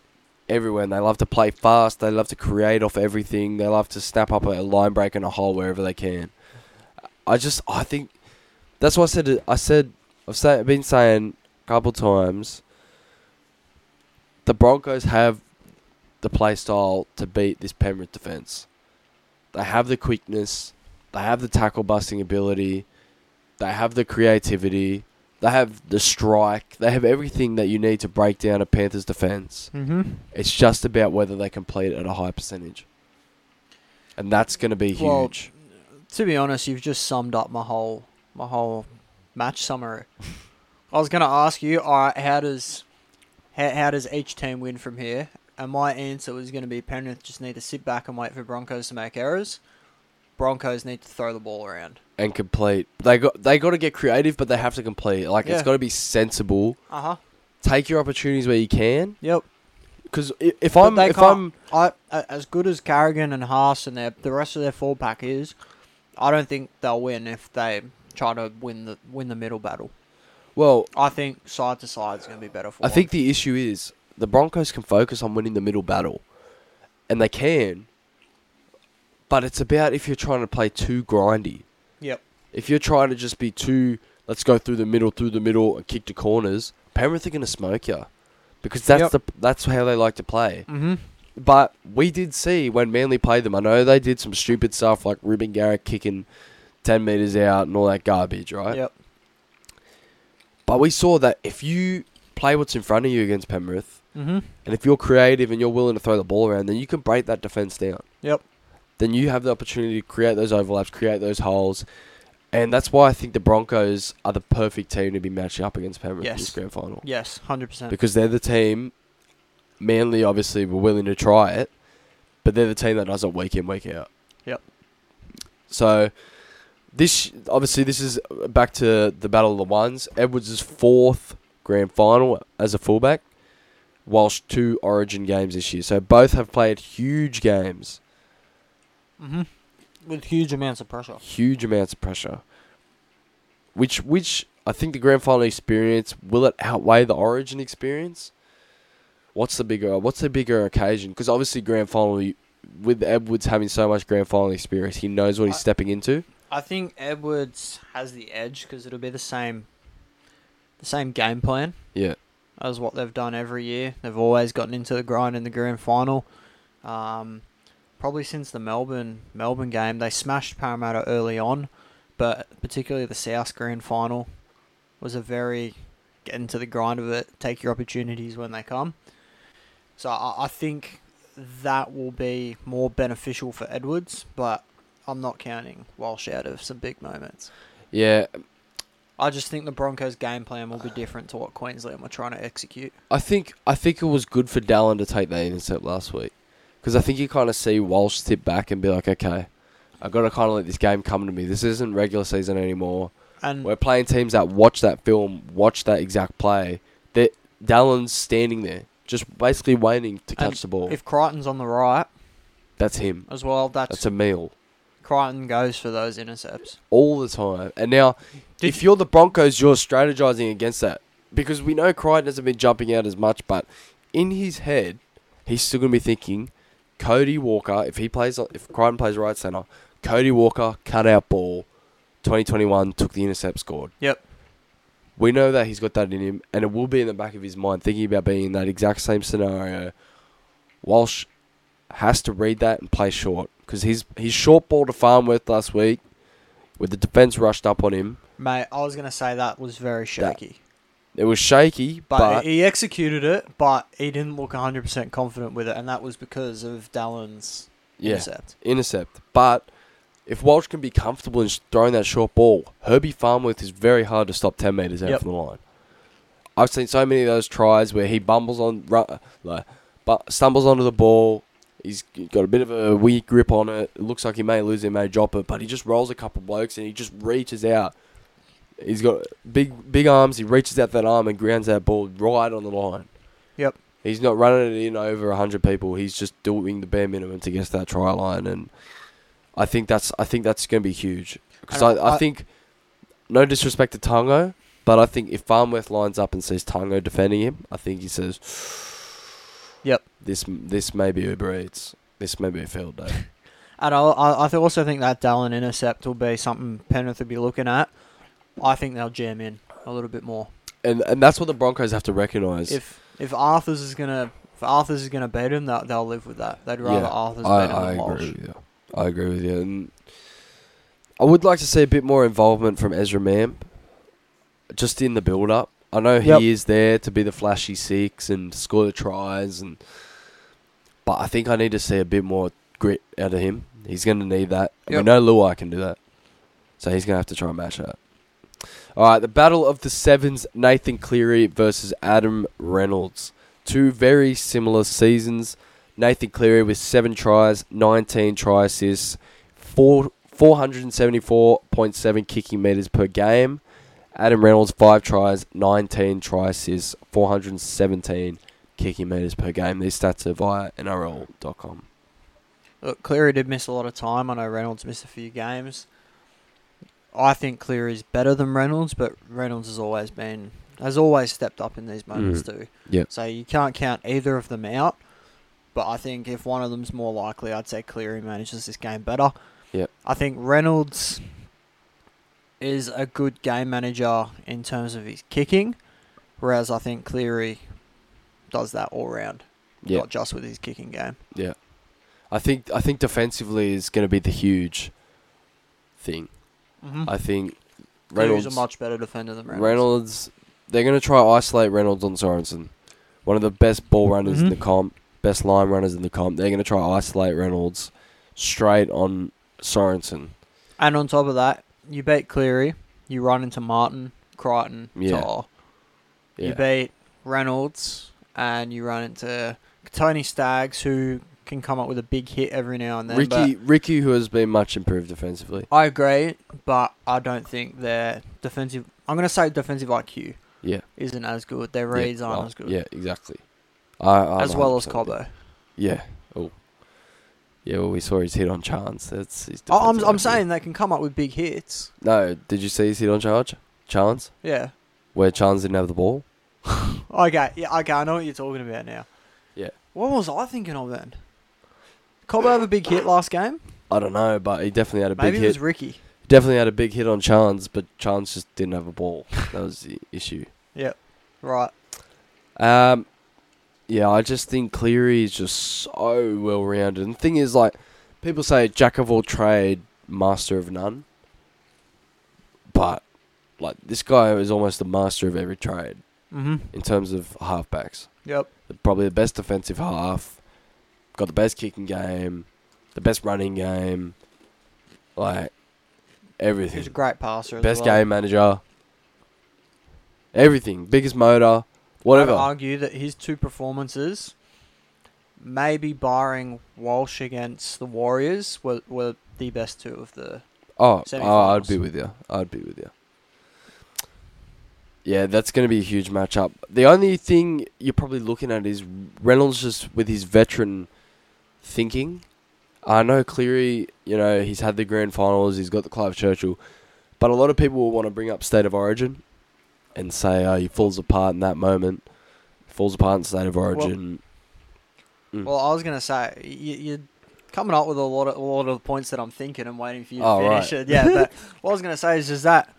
Everywhere, and they love to play fast. They love to create off everything. They love to snap up a line break and a hole wherever they can. I just, I think that's why I said. it- I said, I've say, I've been saying a couple times. The Broncos have the play style to beat this Penrith defense. They have the quickness. They have the tackle busting ability. They have the creativity. They have the strike. They have everything that you need to break down a Panthers defense.
Mm-hmm.
It's just about whether they complete at a high percentage. And that's going to be huge.
Well, To be honest, you've just summed up my whole my whole match summary. I was gonna ask you, all right, how does how, how does each team win from here? And my answer was gonna be Penrith just need to sit back and wait for Broncos to make errors. Broncos need to throw the ball around.
and complete. They got they got to get creative, but they have to complete. Like it's
Yeah.
got to be sensible.
Uh huh.
Take your opportunities where you can.
Yep.
Because if
But
I'm
they
if
can't-
I'm
I a- as good as Carrigan and Haas and their the rest of their forward pack is, I don't think they'll win if they try to win the win the middle battle.
well,
I think side to side is going to be better for.
I
them.
think the issue is the Broncos can focus on winning the middle battle, and they can. But it's about if you're trying to play too grindy.
Yep.
If you're trying to just be too, let's go through the middle, through the middle, and kick to corners, Penrith are going to smoke you, because that's
Yep.
the that's how they like to play.
Mm-hmm.
But we did see when Manly played them. I know they did some stupid stuff like Ruben Garrett kicking ten meters out and all that garbage, right?
Yep.
But we saw that if you play what's in front of you against Penrith,
Mm-hmm.
and if you're creative and you're willing to throw the ball around, then you can break that defense down.
Yep.
Then you have the opportunity to create those overlaps, create those holes. And that's why I think the Broncos are the perfect team to be matched up against Penrith in this
Yes.
grand final.
Yes, hundred percent.
Because they're the team, Manly obviously were willing to try it, but they're the team that does it week in, week out.
Yep.
So this obviously this is back to the battle of the ones. Edwards' fourth grand final as a fullback, whilst two Origin games this year. So both have played huge games,
Mm-hmm. With huge amounts of pressure.
huge amounts of pressure. Which which I think the grand final experience will it outweigh the Origin experience? What's the bigger what's the bigger occasion? Because obviously grand final you- with Edwards having so much grand final experience, he knows what he's
I-
stepping into.
I think Edwards has the edge because it'll be the same, the same game plan.
Yeah.
as what they've done every year. They've always gotten into the grind in the grand final. Um, probably since the Melbourne Melbourne game, they smashed Parramatta early on, but particularly the South grand final was a very get into the grind of it, take your opportunities when they come. So I, I think that will be more beneficial for Edwards, but I'm not counting Walsh out of some big moments.
Yeah,
I just think the Broncos' game plan will be different to what Queensland were trying to execute.
I think I think it was good for Dallin to take that intercept last week because I think you kind of see Walsh sit back and be like, okay, I got to kind of let this game come to me. This isn't regular season anymore.
And
We're playing teams that watch that film, watch that exact play. That Dallin's standing there, just basically waiting to catch
And
the ball.
If Crichton's on the right
That's him.
as well, that's,
That's a meal
Crichton goes for those intercepts.
all the time. And now,
Did
if you're the Broncos, you're strategizing against that because we know Crichton hasn't been jumping out as much, but in his head, he's still going to be thinking Cody Walker. If he plays, if Crichton plays right center, Cody Walker cut out ball, 2021 took the intercept, scored.
Yep.
We know that he's got that in him, and it will be in the back of his mind thinking about being in that exact same scenario Walsh has to read that and play short because he's he's short ball to Farmworth last week with the defense rushed up on him.
Mate, I was going to say that was very shaky.
It was shaky,
But,
but
he executed it, but he didn't look 100% confident with it, and that was because of Dallin's
yeah,
intercept.
intercept. But if Walsh can be comfortable in sh- throwing that short ball, Herbie Farmworth is very hard to stop 10 metres out
Yep.
from the line. I've seen so many of those tries where he bumbles on, ru- uh, like, but stumbles onto the ball. He's got a bit of a weak grip on it. It looks like he may lose it, may drop it, but he just rolls a couple blokes and he just reaches out. He's got big, big arms. He reaches out that arm and grounds that ball right on the line.
Yep.
He's not running it in over 100 people. He's just doing the bare minimum to get to that try line. And I think that's I think that's going to be huge because I,
And
I,
I-
think no disrespect to Tango, but I think if Farmworth lines up and sees Tango defending him, I think he says,
Yep.
this this may be Uber Eats. This may be a field day."
And I, I I th- also think that Dallin intercept will be something Penrith will be looking at. I think they'll jam in a little bit more.
and and that's what the Broncos have to recognise.
If if Arthur's is gonna if Arthur's is gonna beat him, they'll, they'll live with that. They'd rather
Yeah,
Arthur's
I,
beat him
I
than Walsh.
agree with you. I agree with you. And I would like to see a bit more involvement from Ezra Mam, just in the build up. I know he
Yep.
is there to be the flashy six and score the tries, and but I think I need to see a bit more grit out of him. He's going to need that. And
Yep.
We know Luai can do that, so he's going to have to try and match that. All right, the battle of the sevens: Nathan Cleary versus Adam Reynolds. Two very similar seasons. Nathan Cleary with seven tries, 19 try assists, four, 474.7 kicking meters per game. Adam Reynolds, five tries, 19 try assists, 417 kicking meters per game. These stats are via NRL.com.
Look, Uh, Cleary did miss a lot of time. I know Reynolds missed a few games. I think Cleary's better than Reynolds, but Reynolds has always been has always stepped up in these moments too.
Yep.
So you can't count either of them out. But I think if one of them's more likely, I'd say Cleary manages this game better.
Yep.
I think Reynolds is a good game manager in terms of his kicking, whereas I think Cleary does that all round,
Yeah,
not just with his kicking game.
yeah. I think I think defensively is going to be the huge thing.
Mm-hmm.
I think Reynolds
Reynolds is a much better defender than Reynolds.
Reynolds. they're going to try to isolate Reynolds on Sorensen. One of the best ball runners in
Mhm.
the comp, best line runners in the comp. They're going to try to isolate Reynolds straight on Sorensen.
And on top of that, you beat Cleary, you run into Martin, Crichton,
Yeah.
Tar. You
Yeah.
beat Reynolds, and you run into Tony Staggs, who can come up with a big hit every now and then.
Ricky, Ricky, who has been much improved defensively.
but I agree, but I don't think their defensive. I'm going to say defensive IQ
Yeah.
isn't as good. Their reads
yeah,
aren't
well,
as good.
Yeah, exactly. I, I'm
as well as
100%
Cobbo.
Yeah. Oh. Yeah. Well, we saw his hit on chance. That's. His
I- Oh, I'm,
defensive
I'm
effort.
saying they can come up with big hits.
No. Did you see his hit on charge? Chance,
Yeah.
where Chance didn't have the ball.
Okay, yeah, okay, I know what you're talking about now.
Yeah.
What was I thinking of then? Cobbo have a big hit last game?
I don't know, but he definitely had a
Maybe
big
it
hit.
was Ricky.
Definitely had a big hit on Chance, but Chance just didn't have a ball. That was the issue.
Right.
Um, yeah, I just think Cleary is just so well rounded. And the thing is, like, people say jack of all trade, master of none. But, like, this guy is almost the master of every trade
Mm-hmm.
in terms of halfbacks.
Yep.
Probably the best defensive half, got the best kicking game, the best running game, like, everything.
He's a great passer. as
Best
well.
game manager. Everything. Biggest motor. Whatever.
I'd argue that his two performances, maybe barring Walsh against the Warriors, were, were the best two of the.
oh, oh, I'd
semi-finals.
be with you. I'd be with you. Yeah, that's going to be a huge matchup. The only thing you're probably looking at is Reynolds just with his veteran thinking. I know Cleary, you know, he's had the grand finals, he's got the Clive Churchill, but a lot of people will want to bring up State of Origin and say, oh, he falls apart in that moment, falls apart in State of Origin. Mm.
Well, I was gonna say you, you're coming up with a lot of a lot of points that I'm thinking and waiting for you to
Oh,
finish
right.
it. Yeah, but what I was gonna say is, is that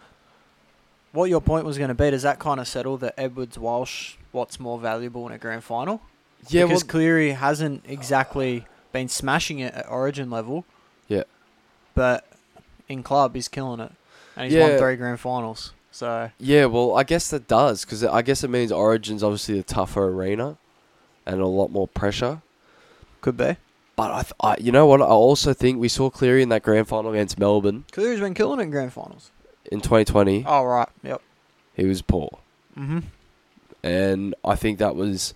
what your point was gonna be? Does that kind of settle that Edwards Walsh what's more valuable in a grand final?
Yeah, well,
because Cleary hasn't exactly been smashing it at Origin level.
Yeah.
But in club, he's killing it, and he's
Yeah.
won three grand finals. So
yeah, well, I guess that does because I guess it means Origin's obviously a tougher arena and a lot more pressure.
could be.
But I, th- I, you know what? I also think we saw Cleary in that grand final against Melbourne
Cleary's been killing it in grand finals.
in 2020.
Oh right. Yep.
He was poor.
Mm-hmm.
and I think that was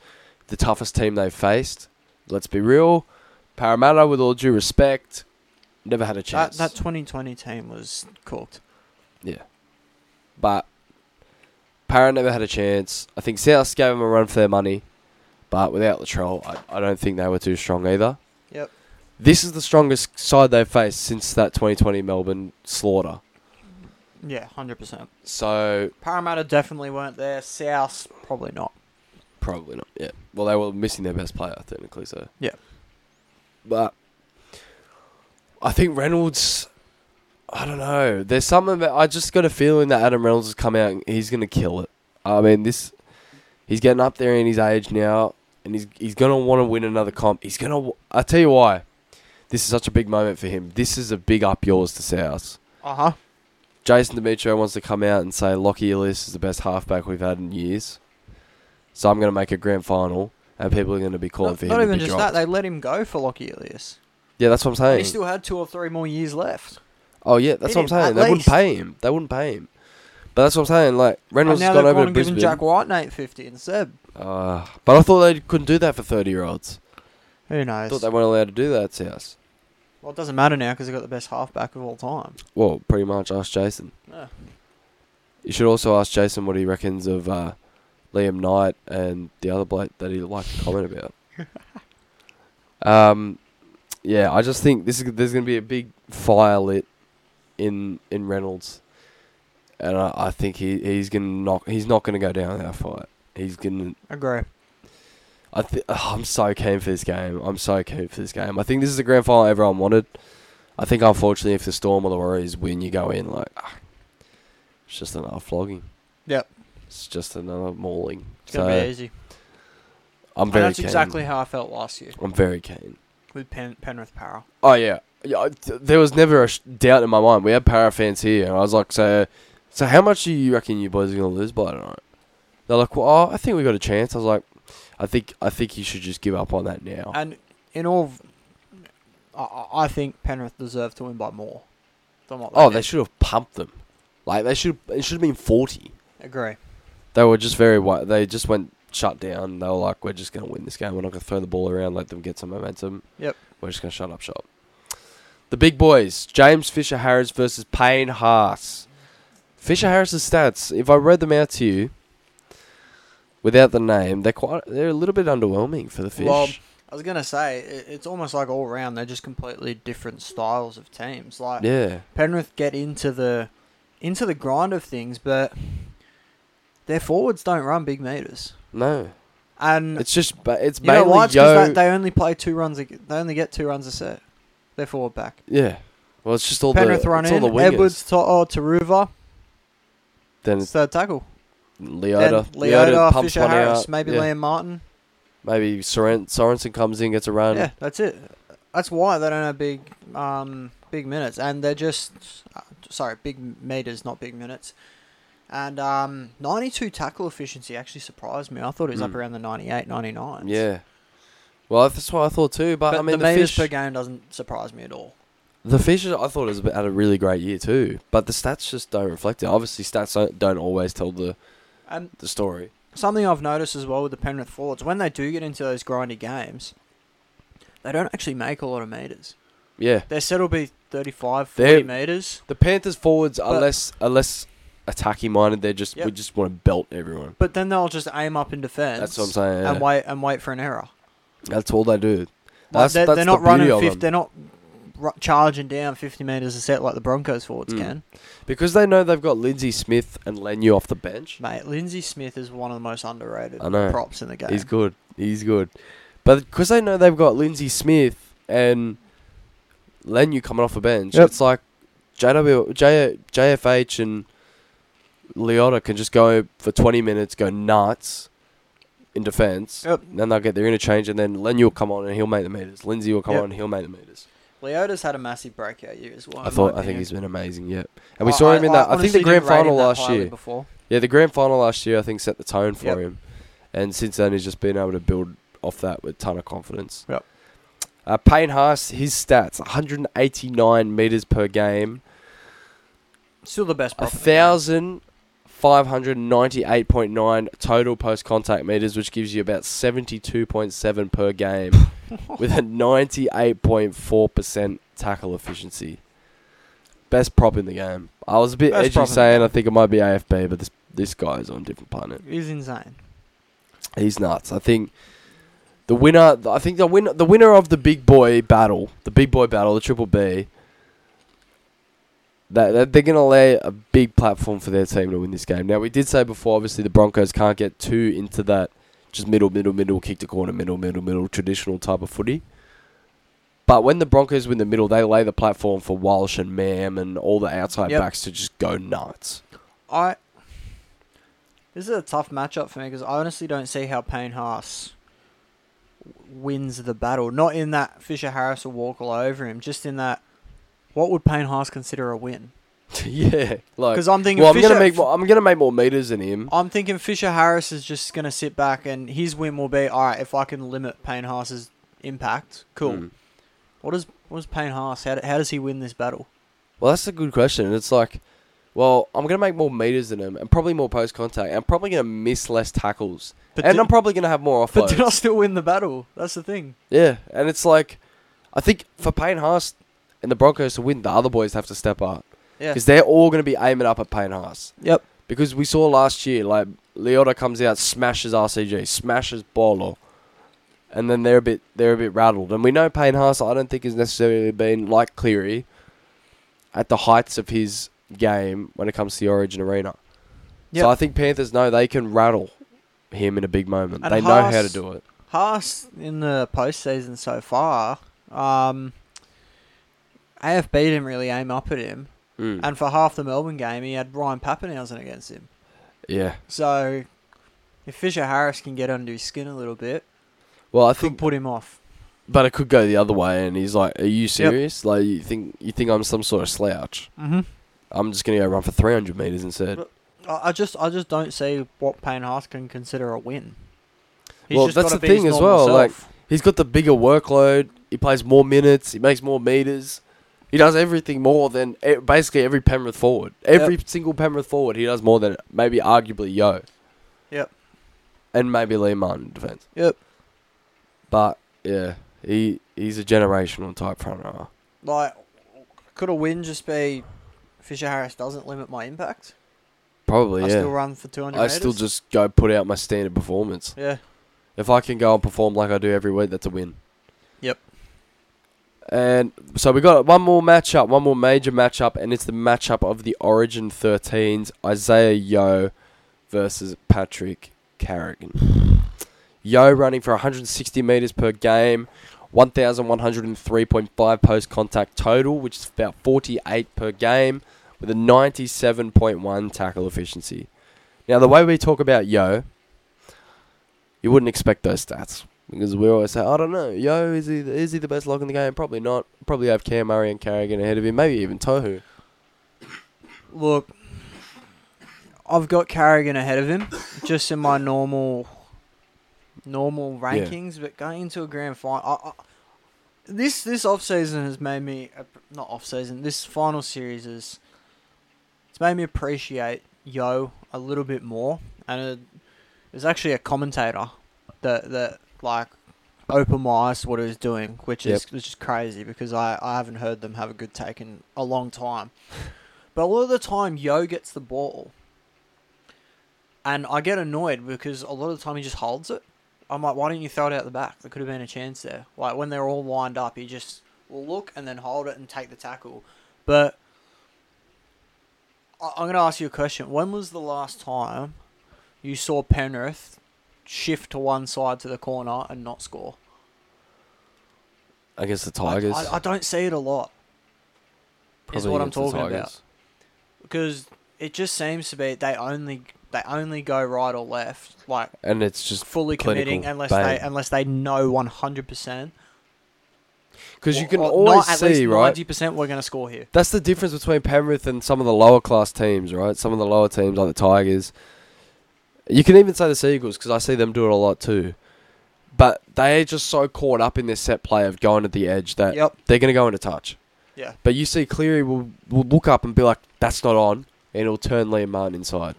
the toughest team they faced. Let's be real, Parramatta, with all due respect, never had a
That
chance.
that 2020 team was cooked.
but Parra never had a chance. I think South gave them a run for their money, but without Latrell, I, I don't think they were too strong either.
Yep.
This is the strongest side they've faced since that 2020 Melbourne slaughter.
Yeah, hundred percent.
So
Parramatta definitely weren't there. South probably not.
Probably not. Yeah. Well, they were missing their best player technically, so
Yeah.
But I think Reynolds. I don't know. There's something. About, I just got a feeling that Adam Reynolds has come out. and He's gonna kill it. I mean, this. He's getting up there in his age now, and he's he's gonna want to win another comp. He's gonna. w- I tell you why. This is such a big moment for him. This is a big up yours to South.
Uh huh.
Jason Demetrio wants to come out and say Lockie Ellis is the best halfback we've had in years. So I'm going to make a grand final, and people are going to be calling
Not,
for him.
not
to
even
be
just
dropped.
that. They let him go for Lockie Elias.
Yeah, that's what I'm
And he
saying.
still had two or three more years left.
oh yeah, that's
Hit
what I'm saying.
him, at
They wouldn't
least.
pay him. They wouldn't pay him. But that's what I'm saying. Like Reynolds
and now
has
they've
gone
gone
over to
and given
Brisbane.
Jack White an eight fifty instead.
Uh, but I thought they couldn't do that for 30 year olds.
Who
I
knows?
thought they weren't allowed to do that at South.
well, it doesn't matter now because they've got the best halfback of all time.
Well, pretty much. Ask Jason.
Yeah.
You should also ask Jason what he reckons of uh, Liam Knight and the other bloke that he liked to comment about. um, yeah, I just think this is there's going to be a big fire lit in in Reynolds, and I, I think he he's going to knock he's not going to go down without a fight. He's going. to
Agree.
I th- I'm so keen for this game. I'm so keen for this game. I think this is the grand final everyone wanted. I think unfortunately, if the Storm or the Warriors win, you go in like ah, it's just another flogging.
Yep.
It's just another mauling.
It's
So
gonna be easy.
I'm
And
very
that's
keen.
exactly how I felt last year
I'm very keen.
with Pen- Penrith Power.
Oh yeah, yeah. I- th- There was never a sh- doubt in my mind. We had para fans here, and I was like, so, so how much do you reckon you boys are gonna lose by tonight? They're like, well, oh, I think we got a chance. I was like, I think, I think you should just give up on that now.
And in all, I- I, I think Penrith deserved to win by more than what. They
oh,
did.
they should have pumped them. Like they should. It should have been forty.
agree.
They were just very. wi- They just went shut down. They were like, we're just gonna win this game. We're not gonna throw the ball around. Let them get some momentum.
Yep.
We're just gonna shut up shop. The big boys: James Fisher Harris versus Payne Haas. Fisher Harris's stats, if I read them out to you, without the name, they're quite. They're a little bit underwhelming for the fish.
Well, I was gonna say it, it's almost like all round. They're just completely different styles of teams. Like
yeah.
Penrith get into the into the grind of things, but their forwards don't run big meters.
No.
And
It's just. But it's
you know
mainly
why? It's 'cause
yo.
they, they only play two runs. A, g- they only get two runs a set. Their forward back.
yeah. Well, it's just all
Penrith
the.
run
it's all
in.
the wingers.
Edwards to oh, Taruva.
Then
It's third tackle.
Leota.
then Leota,
pumps
Fisher
one
Harris,
out.
maybe
yeah.
Liam Martin.
Maybe Soren- Sorensen comes in, gets a run.
yeah, that's it. That's why they don't have big, um, big minutes, and they're just uh, sorry, big meters, not big minutes. And um, 92 tackle efficiency actually surprised me. I thought it was up
Mm.
around the 98, 99.
Yeah. Well, that's what I thought too. But,
but
I mean,
the,
the,
meters
fish,
per game doesn't surprise me at all.
the fish, I thought was had a really great year too. But the stats just don't reflect it. Obviously, stats don't, don't always tell the,
And
the story.
something I've noticed as well with the Penrith forwards, when they do get into those grindy games, they don't actually make a lot of meters.
Yeah.
Their set will be 35, 40
They're-
meters.
The Panthers forwards are
But-
less are less attacky minded. They just we
Yep.
just want to belt everyone.
But then they'll just aim up in defense.
That's what I'm saying. yeah.
And wait and wait for an error.
That's all they do.
Like,
That's,
they're,
that's the
they're not running.
beauty of them.
50, They're not ru- charging down fifty meters a set like the Broncos forwards
Mm.
can.
because they know they've got Lindsay Smith and Lenu off the bench.
Mate, Lindsay Smith is one of the most underrated
I know.
props in the game.
He's good. He's good. But because they know they've got Lindsay Smith and Lenu coming off the bench,
Yep.
it's like JW, J, JFH and Leota can just go for 20 minutes, go nuts, in defence.
Yep.
Then they'll get their interchange, and then Lenny will come on and he'll make the meters. Lindsay will come
Yep.
on and he'll make the meters.
Leota's had a massive breakout year as well.
I
in my
thought I
opinion.
think he's been amazing. Yep. And we
I-
saw
I-
him in
I
that. I think
honestly
the grand
didn't rate him
final
that
last
highly
year.
Before.
Yeah, the grand final last year I think set the tone for
Yep.
him, and since then he's just been able to build off that with ton of confidence.
Yep.
Uh, Payne Haas, his stats: 189 meters per game,
Still the best. prop in the game.
1,598.9 total post contact meters, which gives you about 72.7 per game with a 98.4% tackle efficiency. Best prop in the game. I was a bit
Best prop
edgy
in the
saying
game.
I think it might be AFB, but this this guy is on a different planet.
He's insane.
He's nuts. I think the winner. I think the winner. The winner of the big boy battle, the big boy battle, the triple B. That, that they're gonna lay a big platform for their team to win this game. Now we did say before, obviously the Broncos can't get too into that just middle, middle, middle, kick to corner, middle, middle, middle, traditional type of footy. But when the Broncos win the middle, they lay the platform for Walsh and Mam and all the outside
Yep.
backs to just go nuts.
I. This is a tough matchup for me because I honestly don't see how Payne Haas wins the battle. Not in that Fisher Harris will walk all over him. Just in that, what would Payne Haas consider a win?
yeah, like
Because I'm thinking
well, I'm
Fisher.
gonna make more, I'm gonna make more meters than him.
I'm thinking Fisher Harris is just gonna sit back and his win will be all right. If I can limit Payne Haas's impact, cool.
Mm.
What does what does Payne Haas? How, do- how does he win this battle?
Well, that's a good question. It's like, well, I'm going to make more meters than him and probably more post contact. I'm probably going to miss less tackles.
But
and
did-
I'm probably going to have more
But did I
offloads.
still win the battle? That's the thing.
Yeah. And it's like, I think for Payne Haas and the Broncos to win, the other boys have to step up.
Yeah.
Because they're all going to be aiming up at Payne Haas.
Yep.
Because we saw last year, like, Leota comes out, smashes RCG, smashes Bolo. And then they're a bit they're a bit rattled. And we know Payne Haas, I don't think, has necessarily been, like Cleary, at the heights of his game when it comes to the Origin Arena.
Yep.
So I think Panthers know they can rattle him in a big moment.
And
they know how to
Haas-
do it.
Haas in the postseason so far, um, AFB didn't really aim up at him,
Mm.
and for half the Melbourne game, he had Ryan Pappenhausen against him.
yeah.
So, if Fisher Harris can get under his skin a little bit,
Well, I
could
think,
put him off.
but it could go the other way. And he's like, "Are you serious? Like, you think you think I'm some sort of slouch?
Mm-hmm.
I'm just gonna go run for 300 meters instead."
But- I I just, I just don't see what Payne Haas can consider a win.
Well,
gotta
that's the
be his
thing as
normal
well, like,
self.
He's got the bigger workload. He plays more minutes. He makes more meters. He does everything more than e- basically every Penrith forward. Every single Penrith forward, he does more than maybe arguably Yo.
Yep.
And maybe Lee Martin in defense.
Yep.
But yeah, he he's a generational type front runner.
like, could a win just be Fisher Harris doesn't limit my impact?
Probably
I
yeah.
still run for two hundred.
I still just go put out my standard performance.
yeah.
If I can go and perform like I do every week, that's a win.
Yep.
And so we got one more matchup, one more major matchup, and it's the matchup of the Origin 13s, Isaiah Yo versus Patrick Carrigan. Yo running for 160 meters per game, 1,103.5 post contact total, which is about 48 per game, with a 97.1 tackle efficiency. Now, the way we talk about Yo, you wouldn't expect those stats because we always say, I don't know, yo, is he is he the best lock in the game? Probably not. Probably have Cam Murray and Carrigan ahead of him, maybe even Tohu.
Look, I've got Carrigan ahead of him, just in my normal, normal rankings. But going into a grand final, I, I, this this off season has made me app- not off season. This final series is it's made me appreciate Yo a little bit more. And it, there's actually a commentator that that like opened my eyes to what he was doing, which is which is crazy because I I haven't heard them have a good take in a long time. But a lot of the time, Yo gets the ball, and I get annoyed because a lot of the time he just holds it. I'm like, why didn't you throw it out the back? There could have been a chance there. Like when they're all lined up, he just will look and then hold it and take the tackle. But I- I'm going to ask you a question. When was the last time you saw Penrith shift to one side to the corner and not score?
against the
I-
Tigers.
I, I don't see it a lot. is
probably
what I'm
against the
talking
Tigers.
about. because it just seems to be they only They only go right or left, like
and it's just
fully committing
Clinical,
unless
bang.
they unless they know one hundred percent.
because you can always see right.
ninety percent we're going to score here.
That's the difference between Penrith and some of the lower class teams, right? Some of the lower teams like the Tigers. You can even say the Seagulls because I see them do it a lot too. But they are just so caught up in this set play of going to the edge that
Yep.
they're going to go into touch.
Yeah.
But you see Cleary will, will look up and be like, that's not on. And he'll turn Liam Martin inside.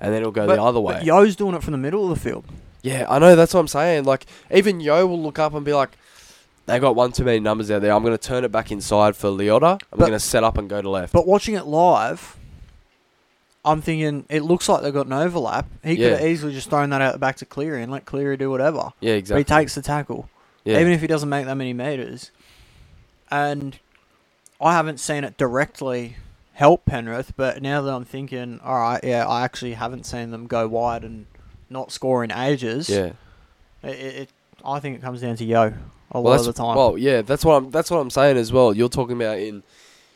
And then he'll go the other way.
Yo's doing it from the middle of the field.
yeah, I know. That's what I'm saying. Like, even Yo will look up and be like, they got one too many numbers out there. I'm going to turn it back inside for Leota. I'm
But-
going to set up and go to left.
But watching it live, I'm thinking it looks like they've got an overlap. He
Yeah.
could have easily just thrown that out the back to Cleary and let Cleary do whatever.
yeah,
But
exactly.
he takes the tackle,
yeah.
even if he doesn't make that many meters. And I haven't seen it directly help Penrith, but now that I'm thinking, all right, yeah, I actually haven't seen them go wide and not score in ages.
Yeah.
It, it, it, I think it comes down to yo a
Well,
lot of the
that's-
time.
Well, yeah, that's what I'm. That's what I'm saying as well. You're talking about in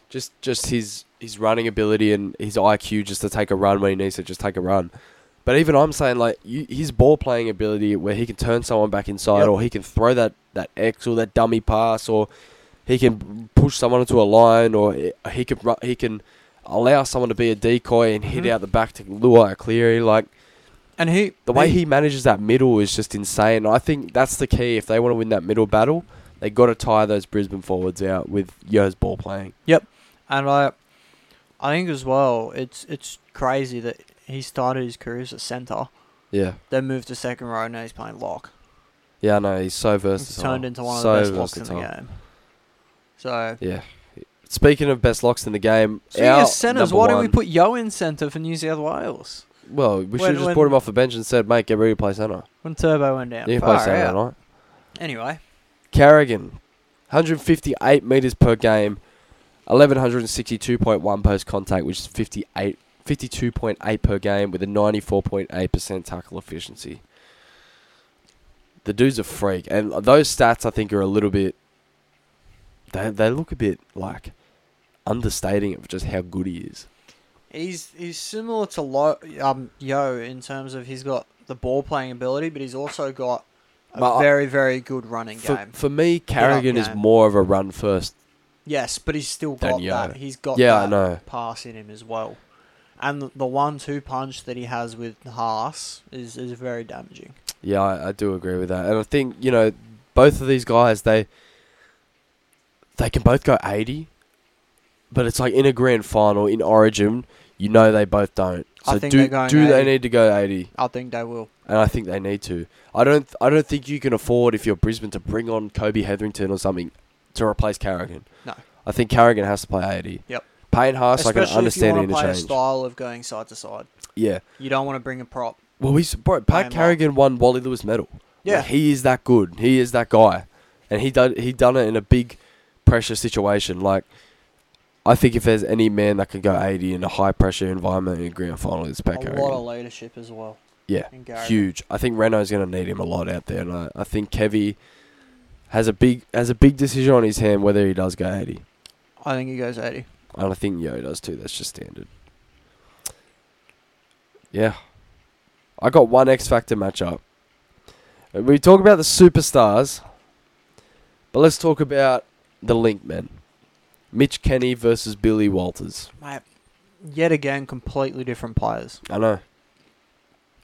just just his his running ability and his IQ just to take a run when he needs to just take a run. But even I'm saying like you, his ball playing ability where he can turn someone back inside
Yep.
or he can throw that that X or that dummy pass or he can push someone into a line or he- he can ru- he can allow someone to be a decoy and hit
Mhm.
out the back to lure a Cleary like
and he
the way he manages that middle is just insane. I think that's the key. If they want to win that middle battle, they got to tie those Brisbane forwards out with Yo's ball playing.
And I, I think as well, it's it's crazy that he started his career as a centre,
Yeah,
then moved to second row, and now he's playing lock.
yeah, I know he's so
He's
versatile.
turned into one of
So
the best locks in the
versatile.
game. So,
Yeah. Speaking of best locks in the game,
speaking
our
of centres,
number
why don't we
one-
put Yo in centre for New South Wales
Well, we should have
when-
just
when-
brought him off the bench and said, "Mate, get ready to play centre.
when Turbo went down?
You can play
Far
centre
out.
tonight."
Anyway,
Carrigan, 158 meters per game, 1162.1 post contact, which is 58, 52.8 per game with a 94.8% tackle efficiency. The dude's a freak, and those stats I think are a little bit. They they look a bit like understating of just how good he is.
he's he's similar to Lo, um Yo in terms of he's got the ball playing ability, but he's also got a
But I-
very very good running
For,
game.
for me, Carrigan is
game.
more of a run first.
Yes, but he's still
Than
got
Yo.
that. He's got
Yeah, I
that
know.
pass in him as well. And the- the one-two punch that he has with Haas is, is very damaging.
Yeah, I, I do agree with that, and I think you know both of these guys they they can both go eighty, but it's like in a grand final in Origin, you know they both don't. So
I think
do
they're going
do they
80.
need to go eighty?
I think they will.
And I think they need to. I don't I don't think you can afford if you're Brisbane to bring on Kobe Hetherington or something to replace Carrigan.
No.
I think Carrigan has to play eighty.
Yep.
Payne Haas, I can
Especially if you
understand
want to play a
interchange.
style of going side to side.
yeah.
You don't want to bring a prop.
Well, he's bro.
Payne
Pat
Haas.
Carrigan won Wally Lewis medal.
Yeah.
Like, he is that good. He is that guy, and he done he done it in a big pressure situation. Like, I think if there's any man that can go eighty in a high pressure environment in a grand final, it's
a
Pat Carrigan.
lot of leadership as well.
Yeah,
in Gary.
huge. I think Renault's going to need him a lot out there, and I, I think Kevy has a big has a big decision on his hand whether he does go eighty,
I think he goes 80.
and I think Yo does too. That's just standard. Yeah, I got one X Factor matchup. Uh, We talk about the superstars, but let's talk about the link men. Mitch Kenny versus Billy Walters.
Mate, yet again, completely different players.
I know.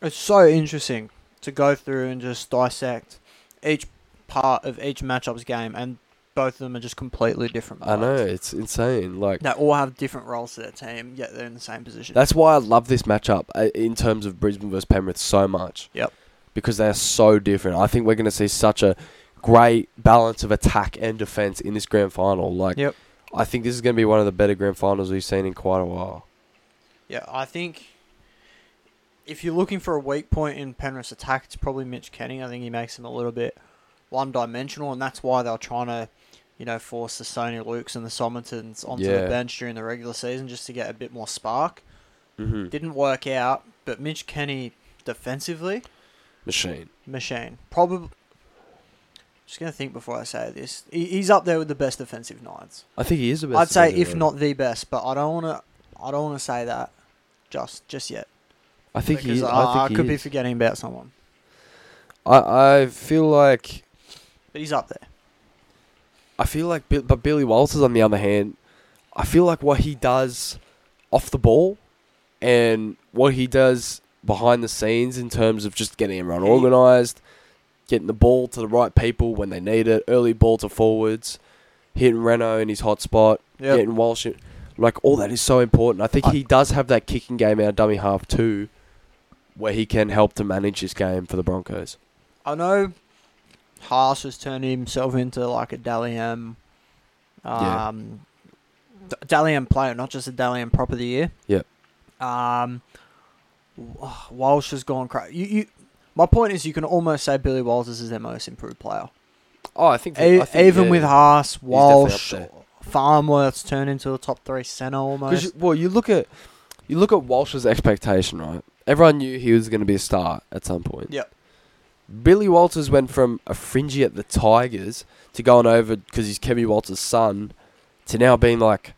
It's so interesting to go through and just dissect each part of each matchup's game, and both of them are just completely different
I
players.
know. It's insane. Like
They all have different roles to their team, yet they're in the same position.
That's why I love this matchup uh, in terms of Brisbane versus Penrith so much.
Yep.
Because they are so different. I think we're going to see such a great balance of attack and defense in this grand final. Like,
Yep.
I think this is going to be one of the better grand finals we've seen in quite a while.
yeah, I think if you're looking for a weak point in Penrith's attack, it's probably Mitch Kenny. I think he makes them a little bit one dimensional, and that's why they're trying to, you know, force the Sony Lukes and the Somertons onto
Yeah.
the bench during the regular season just to get a bit more spark.
Mm-hmm.
Didn't work out, but Mitch Kenny defensively,
Machine.
machine. Probably. Just gonna think before I say this. He- He's up there with the best defensive nines.
I think he is the best.
I'd say
defender
if
ever.
not the best, but I don't want to. I don't want to say that just just yet.
I think he.
because
Is.
I,
I,
I
think he
could be
is.
forgetting about someone,
I I feel like
but he's up there.
I feel like, Bi- but Billy Walters on the other hand, I feel like what he does off the ball and what he does behind the scenes in terms of just getting everyone
He-
organised, getting the ball to the right people when they need it, early ball to forwards, hitting Reno in his hot spot,
Yep.
getting Walsh, in, like all that is so important. I think
I-
he does have that kicking game out of dummy half too, where he can help to manage this game for the Broncos.
I know Haas has turned himself into like a Dalian,
Yeah.
um, D- Dalian player, not just a Dalian prop of the year.
Yep.
Um, W- Walsh has gone crazy. You, you, my point is, you can almost say Billy Walters is their most improved player.
Oh, I think,
E- even with Haas, Walsh,
definitely up
Farmworth's turned into a top three
Because
centre almost.
you- well, you look at you look at Walsh's expectation, right? Everyone knew he was going to be a star at some point.
Yep.
Billy Walters went from a fringy at the Tigers to going over because he's Kevin Walters' son to now being like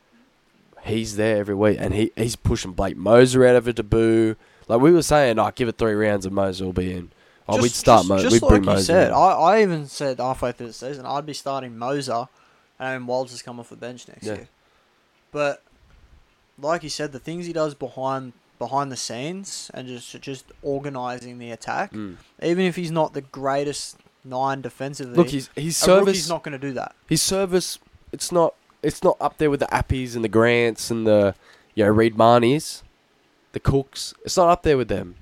he's there every week and he he's pushing Blake Moser out of a debut. Like we were saying, I give it three rounds and Moser will be in. Oh,
Just-
we'd start
just,
Moser.
just
we'd
like
bring
you
Moser.
said,
in.
I, I even said halfway through the season I'd be starting Moser, and Walsh has come off the bench next
Yeah.
year. But like you said, the things he does behind behind the scenes and just just organising the attack,
Mm.
even if he's not the greatest nine defensively,
Look, he's he's
a rookie's
service
not going to do that.
his service it's not it's not up there with the Appies and the Grants and the you know Reed Marnies, the Cooks. It's not up there with them,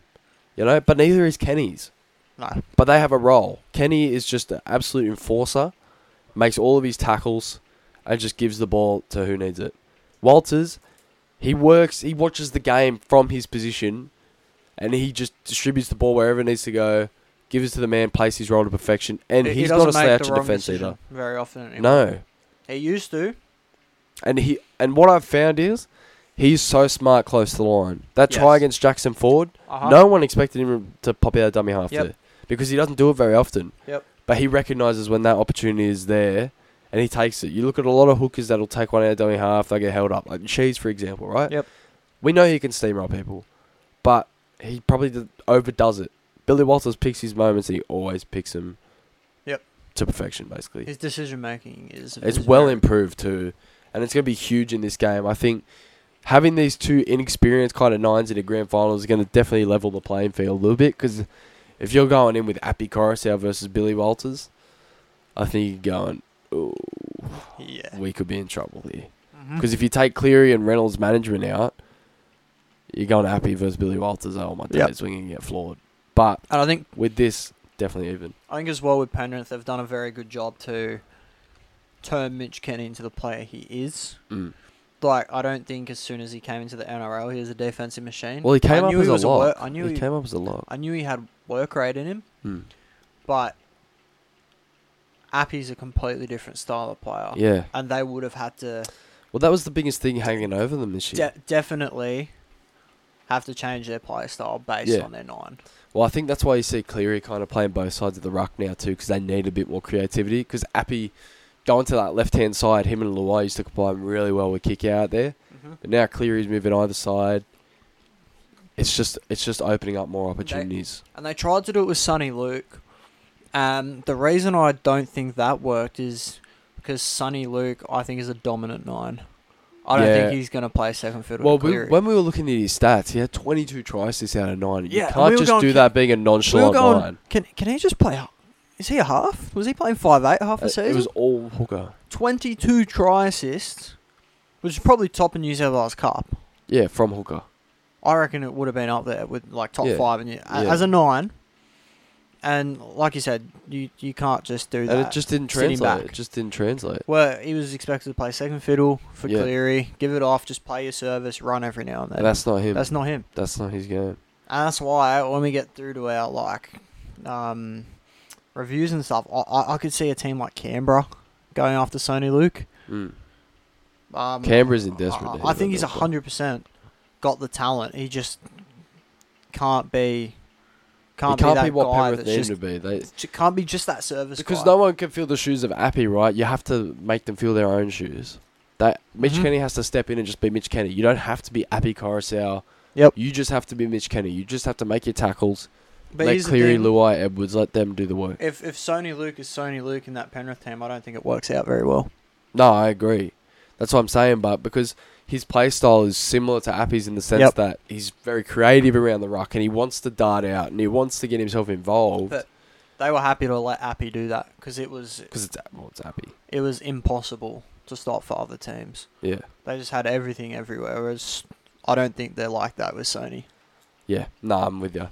you know. But neither is Kenny's.
No,
But they have a role. Kenny is just an absolute enforcer, makes all of his tackles, and just gives the ball to who needs it. Walters, he works. He watches the game from his position, and he just distributes the ball wherever it needs to go. Gives it to the man, plays his role to perfection, and
He- he
he's
doesn't
not a
make
slouch
the
at
wrong
defense
decision
either.
Very often, anymore.
No,
he used to.
and he and what I've found is he's so smart close to the line. That try
Yes.
against Jackson Ford,
Uh-huh.
no one expected him to pop out a dummy half
Yep.
to because he doesn't do it very often.
Yep.
But he recognizes when that opportunity is there and he takes it. You look at a lot of hookers that'll take one out of dummy half, they get held up. Like Cheese, for example, right?
Yep.
We know he can steamroll people, but he probably d- overdoes it. Billy Walters picks his moments and he always picks them
Yep.
to perfection, basically.
His decision making is
It's
is
well
very-
improved too, and it's going to be huge in this game. I think having these two inexperienced kind of nines in a grand final is going to definitely level the playing field a little bit. Because if you're going in with Appy Coruscant versus Billy Walters, I think you're going, oh,
Yeah.
we could be in trouble here.
Mhm.
Because if you take Cleary and Reynolds' management out, you're going Appy versus Billy Walters. Oh my
Yep.
days, we're going to get floored. But
And I think
with this, definitely even.
I think as well with Penrith, they've done a very good job to turn Mitch Kenny into the player he is.
Mm.
Like, I don't think as soon as he came into the NRL, he was a defensive machine.
Well, he
I
came up
knew
as
he
a
was
lock.
wor- I knew
he
he, Uh,
came up as a lock.
I knew he had work rate in him,
Mm.
but Appy's a completely different style of player,
Yeah.
and they would have had to
Well, that was the biggest thing hanging over them this year.
de- definitely have to change their play style based
Yeah.
on their nine.
Well, I think that's why you see Cleary kind of playing both sides of the ruck now too, because they need a bit more creativity. Because Appy going to that left hand side, him and Luai used to combine really well with kick out there, but now Cleary's moving either side. It's just it's just opening up more opportunities.
And they tried to do it with Sonny Luke. And the reason I don't think that worked is because Sonny Luke, I think, is a dominant nine. I don't
Yeah.
think he's going to play second fiddle.
well,
to
we,
Cleary.
when we were looking at his stats, he had 22 tries this out of nine.
Yeah,
you
and
can't
we were
just
going,
do
"Can-
that being a
we were
nonchalant
going,
nine.
can, can he just play? h- Is he a half? Was he playing five eight half a
Uh, It-
season?
It was all hooker.
22 try assists, which is probably top in New South Wales Cup.
Yeah, from hooker.
I reckon it would have been up there with like top
Yeah.
five and you, a
Yeah.
as a nine. And like you said, you, you can't just do that.
And it just didn't
sitting
translate.
back.
It just didn't translate.
Well, he was expected to play second fiddle for
Yeah.
Cleary. Give it off, just play your service, run every now and then.
And that's not him.
That's not him.
That's not his game.
And that's why when we get through to our like um, reviews and stuff, I, I, I could see a team like Canberra going after Sony Luke.
Mm.
Um,
Canberra's in
I,
desperate. need
I
him
think he's
at that point.
hundred percent got the talent. He just can't be can't,
He can't
be that
be what
guy
Penrith
that's
need him
just
to be. They,
j- can't be just that service
because
guy.
no one can fill the shoes of Appy, right? You have to make them fill their own shoes. That Mitch
Mhm.
Kenny has to step in and just be Mitch Kenny. You don't have to be Appy Coruscant
Yep.
You just have to be Mitch Kenny. You just have to make your tackles.
But
let
here's the
Cleary,
thing,
Luai, Edwards, let them do the work.
if if Sony Luke is Sony Luke in that Penrith team, I don't think it works out very well.
No, I agree. That's what I'm saying. But because his play style is similar to Appy's in the sense
Yep.
that he's very creative around the ruck and he wants to dart out and he wants to get himself involved
But they were happy to let Appy do that because it was
because it's well, it's Appy.
it was impossible to stop for other teams.
Yeah,
They just had everything everywhere. Whereas I don't think they're like that with Sony.
yeah. Nah, I'm with you.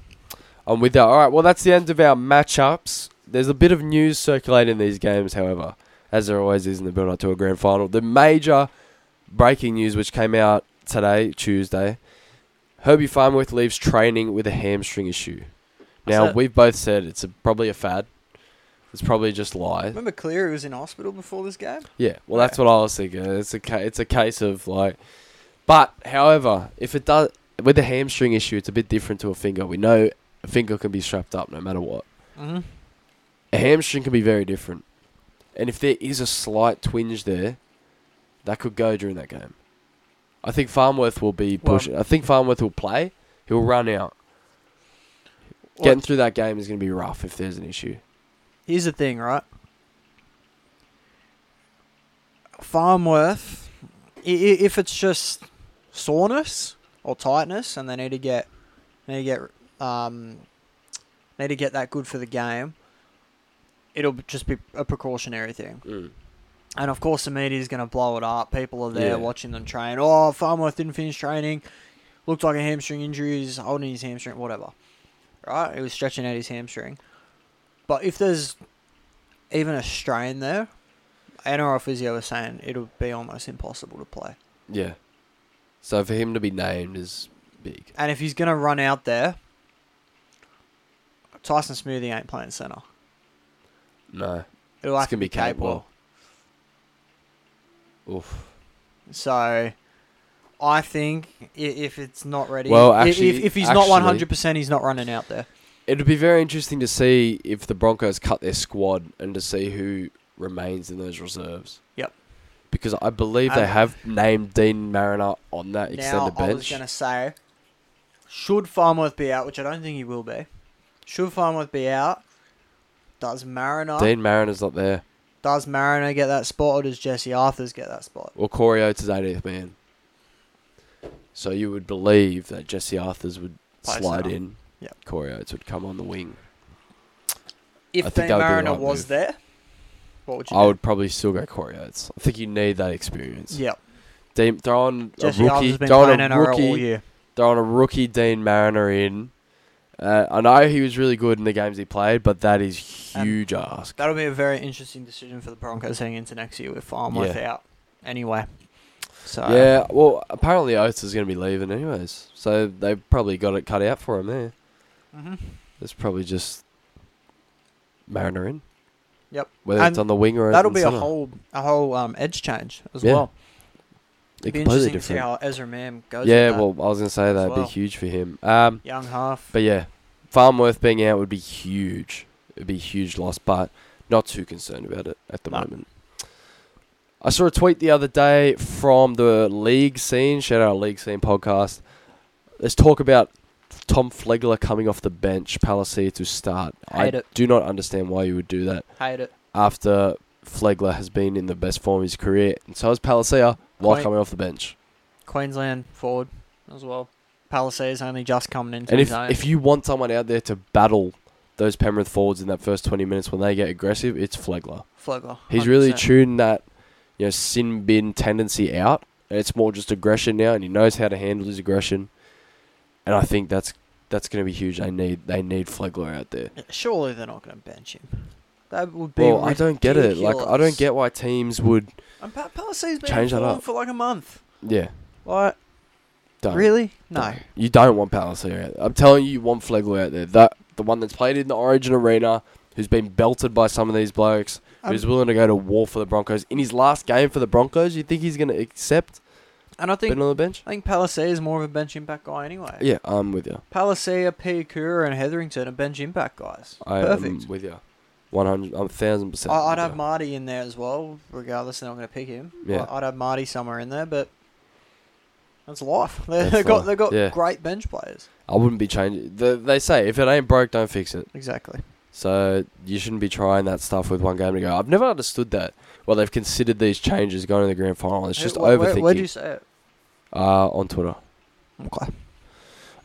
I'm with you. All right. Well, that's the end of our matchups. There's a bit of news circulating these games, however, as there always is in the build-up to a grand final. The major breaking news, which came out today, Tuesday, Herbie Farmworth leaves training with a hamstring issue. Now
So-
we've both said it's a, probably a fad. It's probably just lies.
Remember, Cleary was in hospital before this game.
Yeah. Well, that's what I was thinking. It's a ca- it's a case of like, but however, if it does with the hamstring issue, it's a bit different to a finger. We know a finger can be strapped up no matter what.
Mm-hmm.
A hamstring can be very different, and if there is a slight twinge there, that could go during that game. I think Farmworth will be
Well-
pushing. I think Farmworth will play. He'll run out. Getting through that game is going to be rough if there's an issue.
Here's the thing, right? Farmworth, i- i- if it's just soreness or tightness, and they need to get need to get um, need to get that good for the game, it'll be- just be a precautionary thing. And of course, the media is going to blow it up. People are there
Yeah.
watching them train. Oh, Farmworth didn't finish training. Looked like a hamstring injury. He's holding his hamstring, whatever. Right? He was stretching out his hamstring. But if there's even a strain there, NRL physio was saying it'll be almost impossible to play.
Yeah. So for him to be named is big.
And if he's going to run out there, Tyson Smoothie ain't playing centre.
No.
It'll
It's
have to
gonna be
be capable.
Capewell. Oof.
So I think i- if it's not ready,
Well,
i-
actually-
if, if he's
actually-
not one hundred percent, he's not running out there.
It'd be very interesting to see if the Broncos cut their squad and to see who remains in those reserves.
Yep.
Because I believe they
Um,
have named Dean Mariner on that
Now
extended
I was
bench.
going to say, should Farmworth be out, which I don't think he will be. Should Farmworth be out? Does Mariner
Dean Mariner's not there.
does Mariner get that spot, or does Jesse Arthur's get that spot?
Well, Corey Oates is 18th man. So you would believe that Jesse Arthurs would
Play
slide
center.
in.
Yep.
Corey Oates would come on the wing.
If
think that would
Dean
be the
Mariner
right
was
move.
there, what would you?
I
do?
would probably still go Corey Oates. I think you need that experience.
Yep.
Dean, throw on
Jesse
a rookie.
Arthur's been
Throw on
playing
a
NRL all
rookie.
year.
Throw on a rookie Dean Mariner in. Uh, I know he was really good in the games he played, but that is
And-
huge ask.
That'll be a very interesting decision for the Broncos heading into next year with Farmworth out. Anyway, so
yeah, well, apparently Oates is going to be leaving anyways, so they probably got it cut out for him there.
Mhm.
It's probably just Mariner in.
Yep.
Whether it's
And
on the wing or
That'll
in
be a
centre.
whole a whole um, edge change as
Yeah,
well.
They're
It'd be
completely
interesting to see
different.
how Ezra Mam goes.
Yeah,
with that.
well, I was going to say that'd be
well.
huge for him. Um,
young half.
But yeah, Farmworth being out would be huge. It'd be a huge loss, but not too concerned about it at the
No.
moment. I saw a tweet the other day from the league scene. Shout out league scene podcast. There's talk about Tom Flegler coming off the bench, Palisade to start.
Hate
I
it.
do not understand why you would do that
Hate it.
after Flegler has been in the best form of his career, and so has Palisade while
Quite-
coming off the bench.
Queensland forward as well. Palisades only just coming into
And
his
if
own.
if you want someone out there to battle those Penrith forwards in that first twenty minutes when they get aggressive, it's Flegler.
Flogger,
He's really
100%.
tuned that you know sin bin tendency out. And it's more just aggression now, and he knows how to handle his aggression. And I think that's that's going to be huge. They need they need Flegler out there.
Surely they're not going to bench him. That would be.
Well, I don't get it. Like I don't
ridiculous.
get why teams would.
And pa- Palisades been
Change
Change
that
that
up.
for like a month.
Yeah,
Like
don't.
really? No.
You don't want Palisade out there. I'm telling you, you want Flegler out there. That the one that's played in the Origin arena, who's been belted by some of these blokes, who's
Um,
willing to go to war for the Broncos in his last game for the Broncos. You think he's going to accept
And I think
being on the bench?
I think Palisade is more of a bench impact guy anyway.
Yeah, I'm with you.
Palisade, Piakura, and Hetherington are bench impact guys.
I
Perfect.
am with you. One hundred, a thousand percent.
I, I'd
with
have
ya.
Marty in there as well, regardless. They're not going to pick him.
Yeah.
I- I'd have Marty somewhere in there, but That's life. They,
That's
have got
life,
they got
yeah.
great bench players.
I wouldn't be changing. The, they say if it ain't broke, don't fix it.
Exactly.
So you shouldn't be trying that stuff with one game to go. I've never understood that. Well, they've considered these changes going to the grand final. It's just
where,
overthinking.
Where, where'd you say it?
uh, on Twitter,
Okay.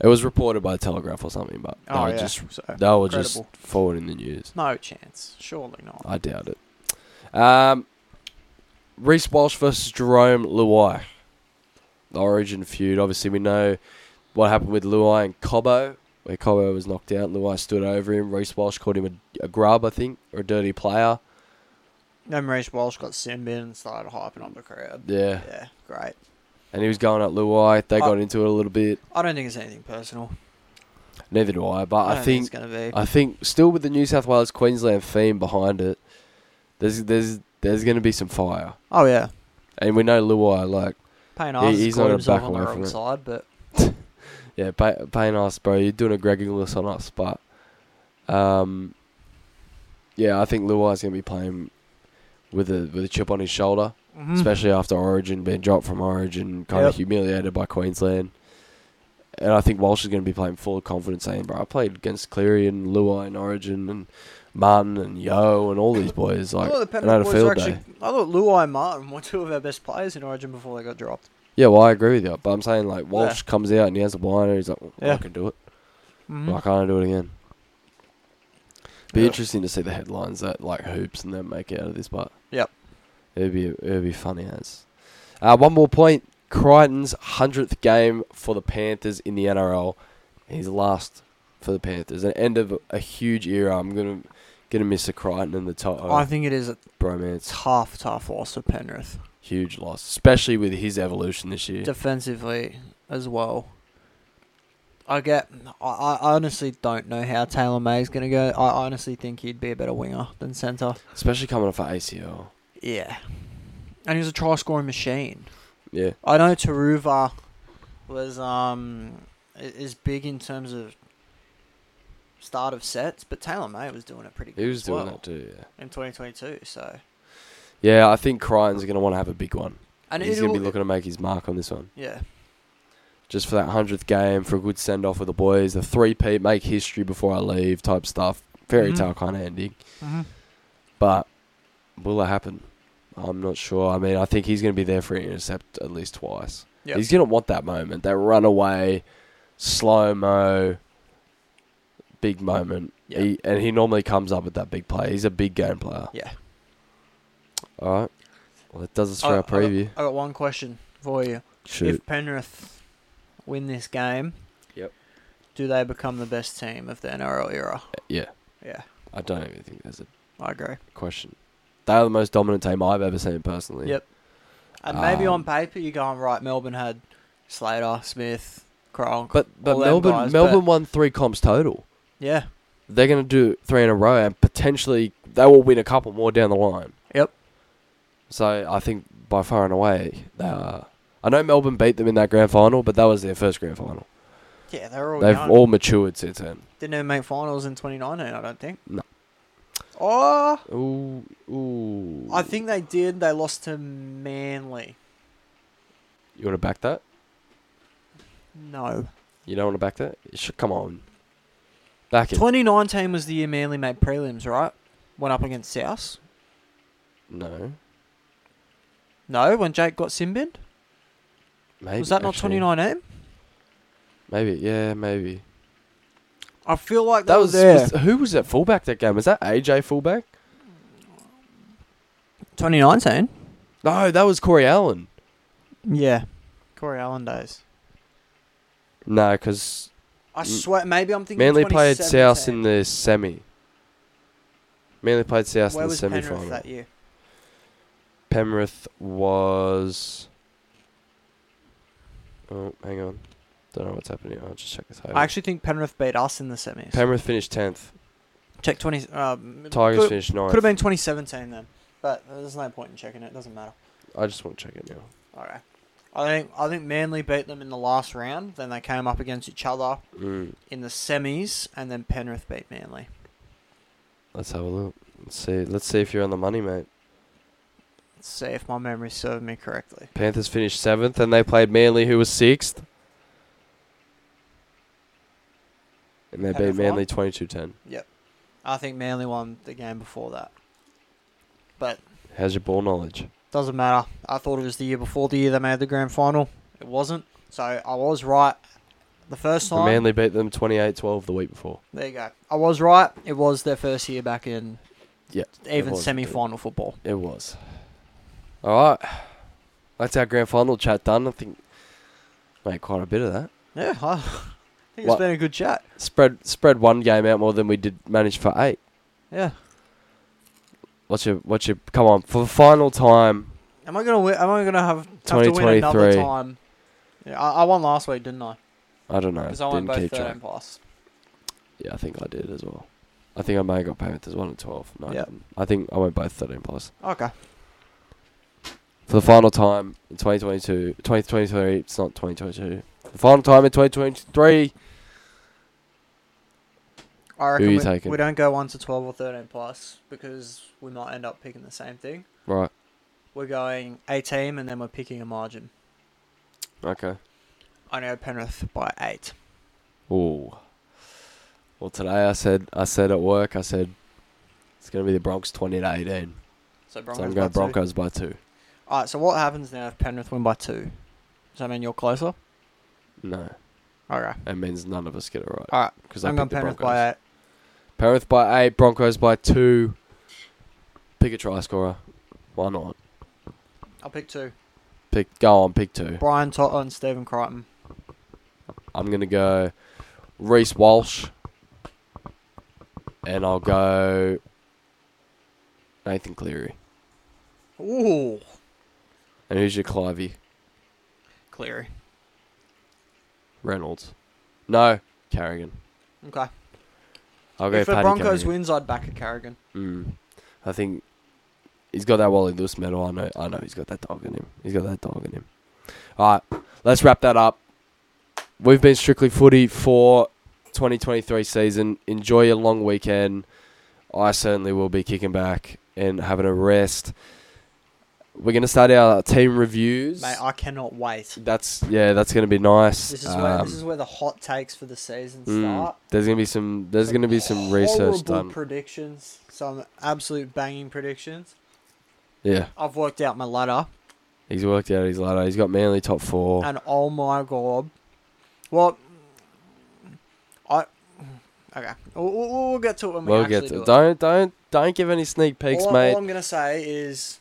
it was reported by Telegraph or something, but they
Oh
were
yeah.
just
so,
they were just
credible.
forwarding the news.
no chance. Surely not.
I doubt it. Um, Reese Walsh versus Jerome Luai. The Origin feud. Obviously, we know what happened with Luai and Cobbo, where Cobbo was knocked out. Luai stood over him. Reese Walsh called him a, a grub, I think, or a dirty player.
Then Maurice Walsh got sin bin and started hyping on the crowd.
Yeah.
Yeah, great.
And he was going at Luai. They got into it a little bit.
I don't think it's anything personal.
Neither do I, but
I,
I,
don't
think
think, it's going to be.
I think still with the New South Wales Queensland theme behind it, there's there's there's going to be some fire.
oh yeah,
And we know Luai, like,
Payne
He-
Ives
he's
has
not
caught
gonna
himself
back
on the
away
wrong
from it.
side, but
Yeah, pa- paying us, bro. You're doing a Greg Inglis on us, but um, yeah, I think Luai's gonna be playing with a with a chip on his shoulder,
mm-hmm.
especially after Origin being dropped from Origin, kind
Mm. Yep.
of humiliated by Queensland. And I think Walsh is going to be playing full of confidence, saying, "Bro, I played against Cleary and Luai and Origin and Martin and Yo and all these boys.
I
Like,
thought the
and I had
Penrith
a
boys
field
were actually.
day.
I thought Luai and Martin were two of our best players in Origin before they got dropped.
Yeah, well, I agree with you, but I'm saying like Walsh comes out and he has a blinder. He's like, well,
Yeah.
I can do it.
Mm-hmm.
Why can't I do it again? Be
Yeah.
interesting to see the headlines that like hoops and them make it out of this, but
Yep.
it'd be it'd be funny as. Uh, one more point: Crichton's hundredth game for the Panthers in the NRL. He's last for the Panthers, an end of a huge era. I'm gonna gonna miss the Crichton and the Toto
I think it is a
bromance.
tough, tough loss for Penrith
Huge loss, especially with his evolution this year.
defensively as well. I get. I, I honestly don't know how Taylor May's going to go. I honestly think he'd be a better winger than centre.
especially coming off an ACL.
Yeah, and he was a try scoring machine.
Yeah,
I know Taruva was um i- is big in terms of start of sets, but Taylor May was doing it pretty good.
he was
as
doing
well
that too. Yeah,
in 2022. So
yeah. I think Crichton's gonna want to have a big one.
and
he's
it
going
will-
to be looking to make his mark on this one.
Yeah,
Just for that 100th game, for a good send off with the boys, the three peat, make history before I leave type stuff. Fairy
Mhm.
tale kind of ending.
Mm-hmm.
But will it happen? I'm not sure. I mean, I think he's going to be there for an intercept at least twice.
Yep.
He's going to want that moment, that runaway, slow mo, big moment.
Yeah.
He, and he normally comes up with that big play. He's a big game player.
yeah. Uh,
All right. Well, that does us for
I-
our preview.
I got, I got one question for you.
Shoot.
If Penrith win this game,
Yep.
do they become the best team of the NRL era?
Uh, yeah.
Yeah,
I don't even think there's a
I agree.
question. They are the most dominant team I've ever seen personally.
Yep. And maybe
Um,
on paper you're going right. Melbourne had Slater, Smith, Cronk.
But but
All them
Melbourne
guys,
Melbourne won three comps total.
yeah,
They're going to do three in a row and potentially they will win a couple more down the line.
Yep.
So I think by far and away they are. I know Melbourne beat them in that grand final, but that was their first grand final.
yeah, they're all
They've
young.
all matured since then.
Didn't even make finals in 2019, I don't think.
No.
Oh,
Ooh, ooh.
I think they did. They lost to Manly.
you want to back that.
No.
You don't want to back that. You should- come on, back it.
2019 was the year Manly made prelims, right? Went up against South.
no,
No, when Jake got Simbin.
maybe.
Was that not
actually.
2019?
Maybe, yeah, maybe.
I feel like
That was,
there.
was- who was at fullback that game? Was that AJ fullback?
2019.
No, that was Corey Allen.
Yeah. Corey Allen days.
No, because
I
Mm.
swear, maybe I'm thinking.
Manly played South in
2017.
the semi. Manly played South
Where
in the
was
semi
Penrith
final.
that year?
Penrith was. Oh, hang on. Don't know what's happening. I'll just check this out.
I actually think Penrith beat us in the semis.
Penrith finished 10th.
Check 20. Um,
Tigers
could-
finished 9th.
Could have been 2017 then, but there's no point in checking it. Doesn't matter.
I just want to check it now.
All right. I think I think Manly beat them in the last round. Then they came up against each other
Mm,
in the semis, and then Penrith beat Manly.
let's have a look. Let's see. Let's see if you're on the money, mate.
see if my memory serves me correctly.
Panthers finished seventh, and they played Manly, who was sixth. And they
Have
beat
they won?
Manly 22-10.
I think Manly won the game before that. But
How's your ball knowledge?
doesn't matter. I thought it was the year before the year they made the grand final. It wasn't. So I was right the first
The
time.
Manly beat them 28-12 the week before.
There you go. I was right. It was their first year back in
Yeah,
even
was,
semi final football.
It was. All right. That's our grand final chat done. I think made quite a bit of that.
Yeah, I think it's
What-
been a good chat.
Spread spread one game out more than we did manage for eight.
Yeah.
What's your what's your come on for the final time?
Am I gonna win? Am I gonna have, have to win another
2023.
time? Yeah, I, I won last week, didn't I?
I don't know.
Because I won
Didn't
both um,
keep
third
track.
and plus.
Yeah, I think I did as well. I think I may have got Panthers one and twelve. No, I
Yep.
didn't. I think I went both thirteen plus.
Okay.
For the final time in 2022, 2023, it's not 2022. The final time in 2023,
I reckon
you
we,
taking?
we don't go one to twelve or thirteen plus because we might end up picking the same thing.
right?
We're going a team and then we're picking a margin.
Okay.
I know Penrith by eight.
Ooh. Well, today I said I said at work I said it's gonna be the Bronx twenty to eighteen.
So
so
Broncos.
I'm
by
going
two.
Broncos by two.
All right. So what happens now if Penrith win by two? Does that mean you're closer?
No,
Okay.
that means none of us get it right
All right.
because I
I'm going
picked the
Penrith
Broncos.
by eight.
Penrith by eight, Broncos by two. Pick a try scorer. Why not?
I'll pick two.
Pick go on, pick two.
Brian Toto and Stephen Crichton.
I'm gonna go Reese Walsh, and I'll go Nathan Cleary.
Ooh.
And who's your Clivey?
Cleary.
Reynolds. No, Carrigan.
Okay.
I'll go
if the
Paddy
Broncos
Carrigan.
wins, I'd back a Carrigan.
Mm. I think he's got that Wally Lewis medal. I know. I know he's got that dog in him. He's got that dog in him. All right, let's wrap that up. We've been strictly footy for 2023 season. Enjoy your long weekend. I certainly will be kicking back and having a rest. We're gonna start our team reviews.
Mate, I cannot wait.
that's yeah, that's gonna be nice.
This is where
Um,
this is where the hot takes for the season
mm,
start.
there's gonna be some. There's gonna be some research
Horrible
done.
predictions, some absolute banging predictions.
yeah,
I've worked out my ladder,
he's worked out his ladder. He's got Manly top four.
and oh my god, well, I okay. We'll, we'll, we'll get to it when we
We'll
actually
get
do
to
it.
don't don't don't give any sneak peeks,
all,
mate.
all I'm gonna say is,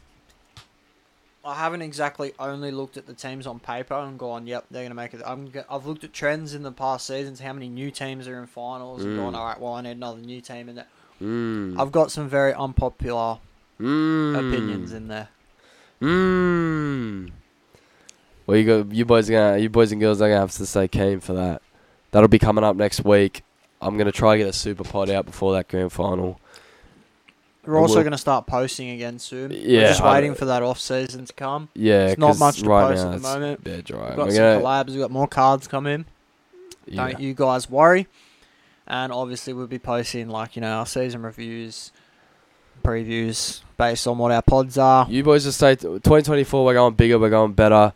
I haven't exactly only looked at the teams on paper and gone, "Yep, they're gonna make it." I'm go- I've looked at trends in the past seasons, how many new teams are in finals, and
Mm.
gone, "All right, well, I need another new team." And that
Mm.
I've got some very unpopular
Mm.
opinions in there.
Mm. Well, you go. You boys are gonna. You boys and girls are gonna have to say keen for that. That'll be coming up next week. I'm gonna try to get a super pod out before that grand final.
We're
I
also
will-
going to start posting again soon. We're
Yeah,
just
I-
waiting for that off season to come.
Yeah,
It's not
'cause
much to
right
post
now
at the
it's
moment.
Bare dry.
We've
We're
got some
gonna-
collabs. We've got more cards coming.
yeah.
Don't you guys worry. And obviously, we'll be posting like you know our season reviews, previews based on what our pods are.
Oh. You boys just say 2024. We're going bigger. We're going better.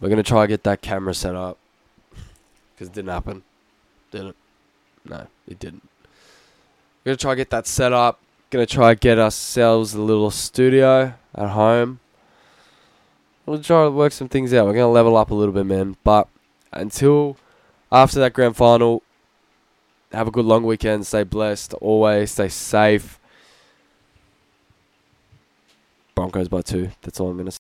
We're gonna try to get that camera set up because it didn't happen, did it? No, it didn't. We're gonna try to get that set up. Gonna try to get ourselves a little studio at home. We'll try to work some things out. We're gonna level up a little bit, man. But until after that grand final, have a good long weekend. Stay blessed. Always stay safe. Broncos by two. That's all I'm gonna. say.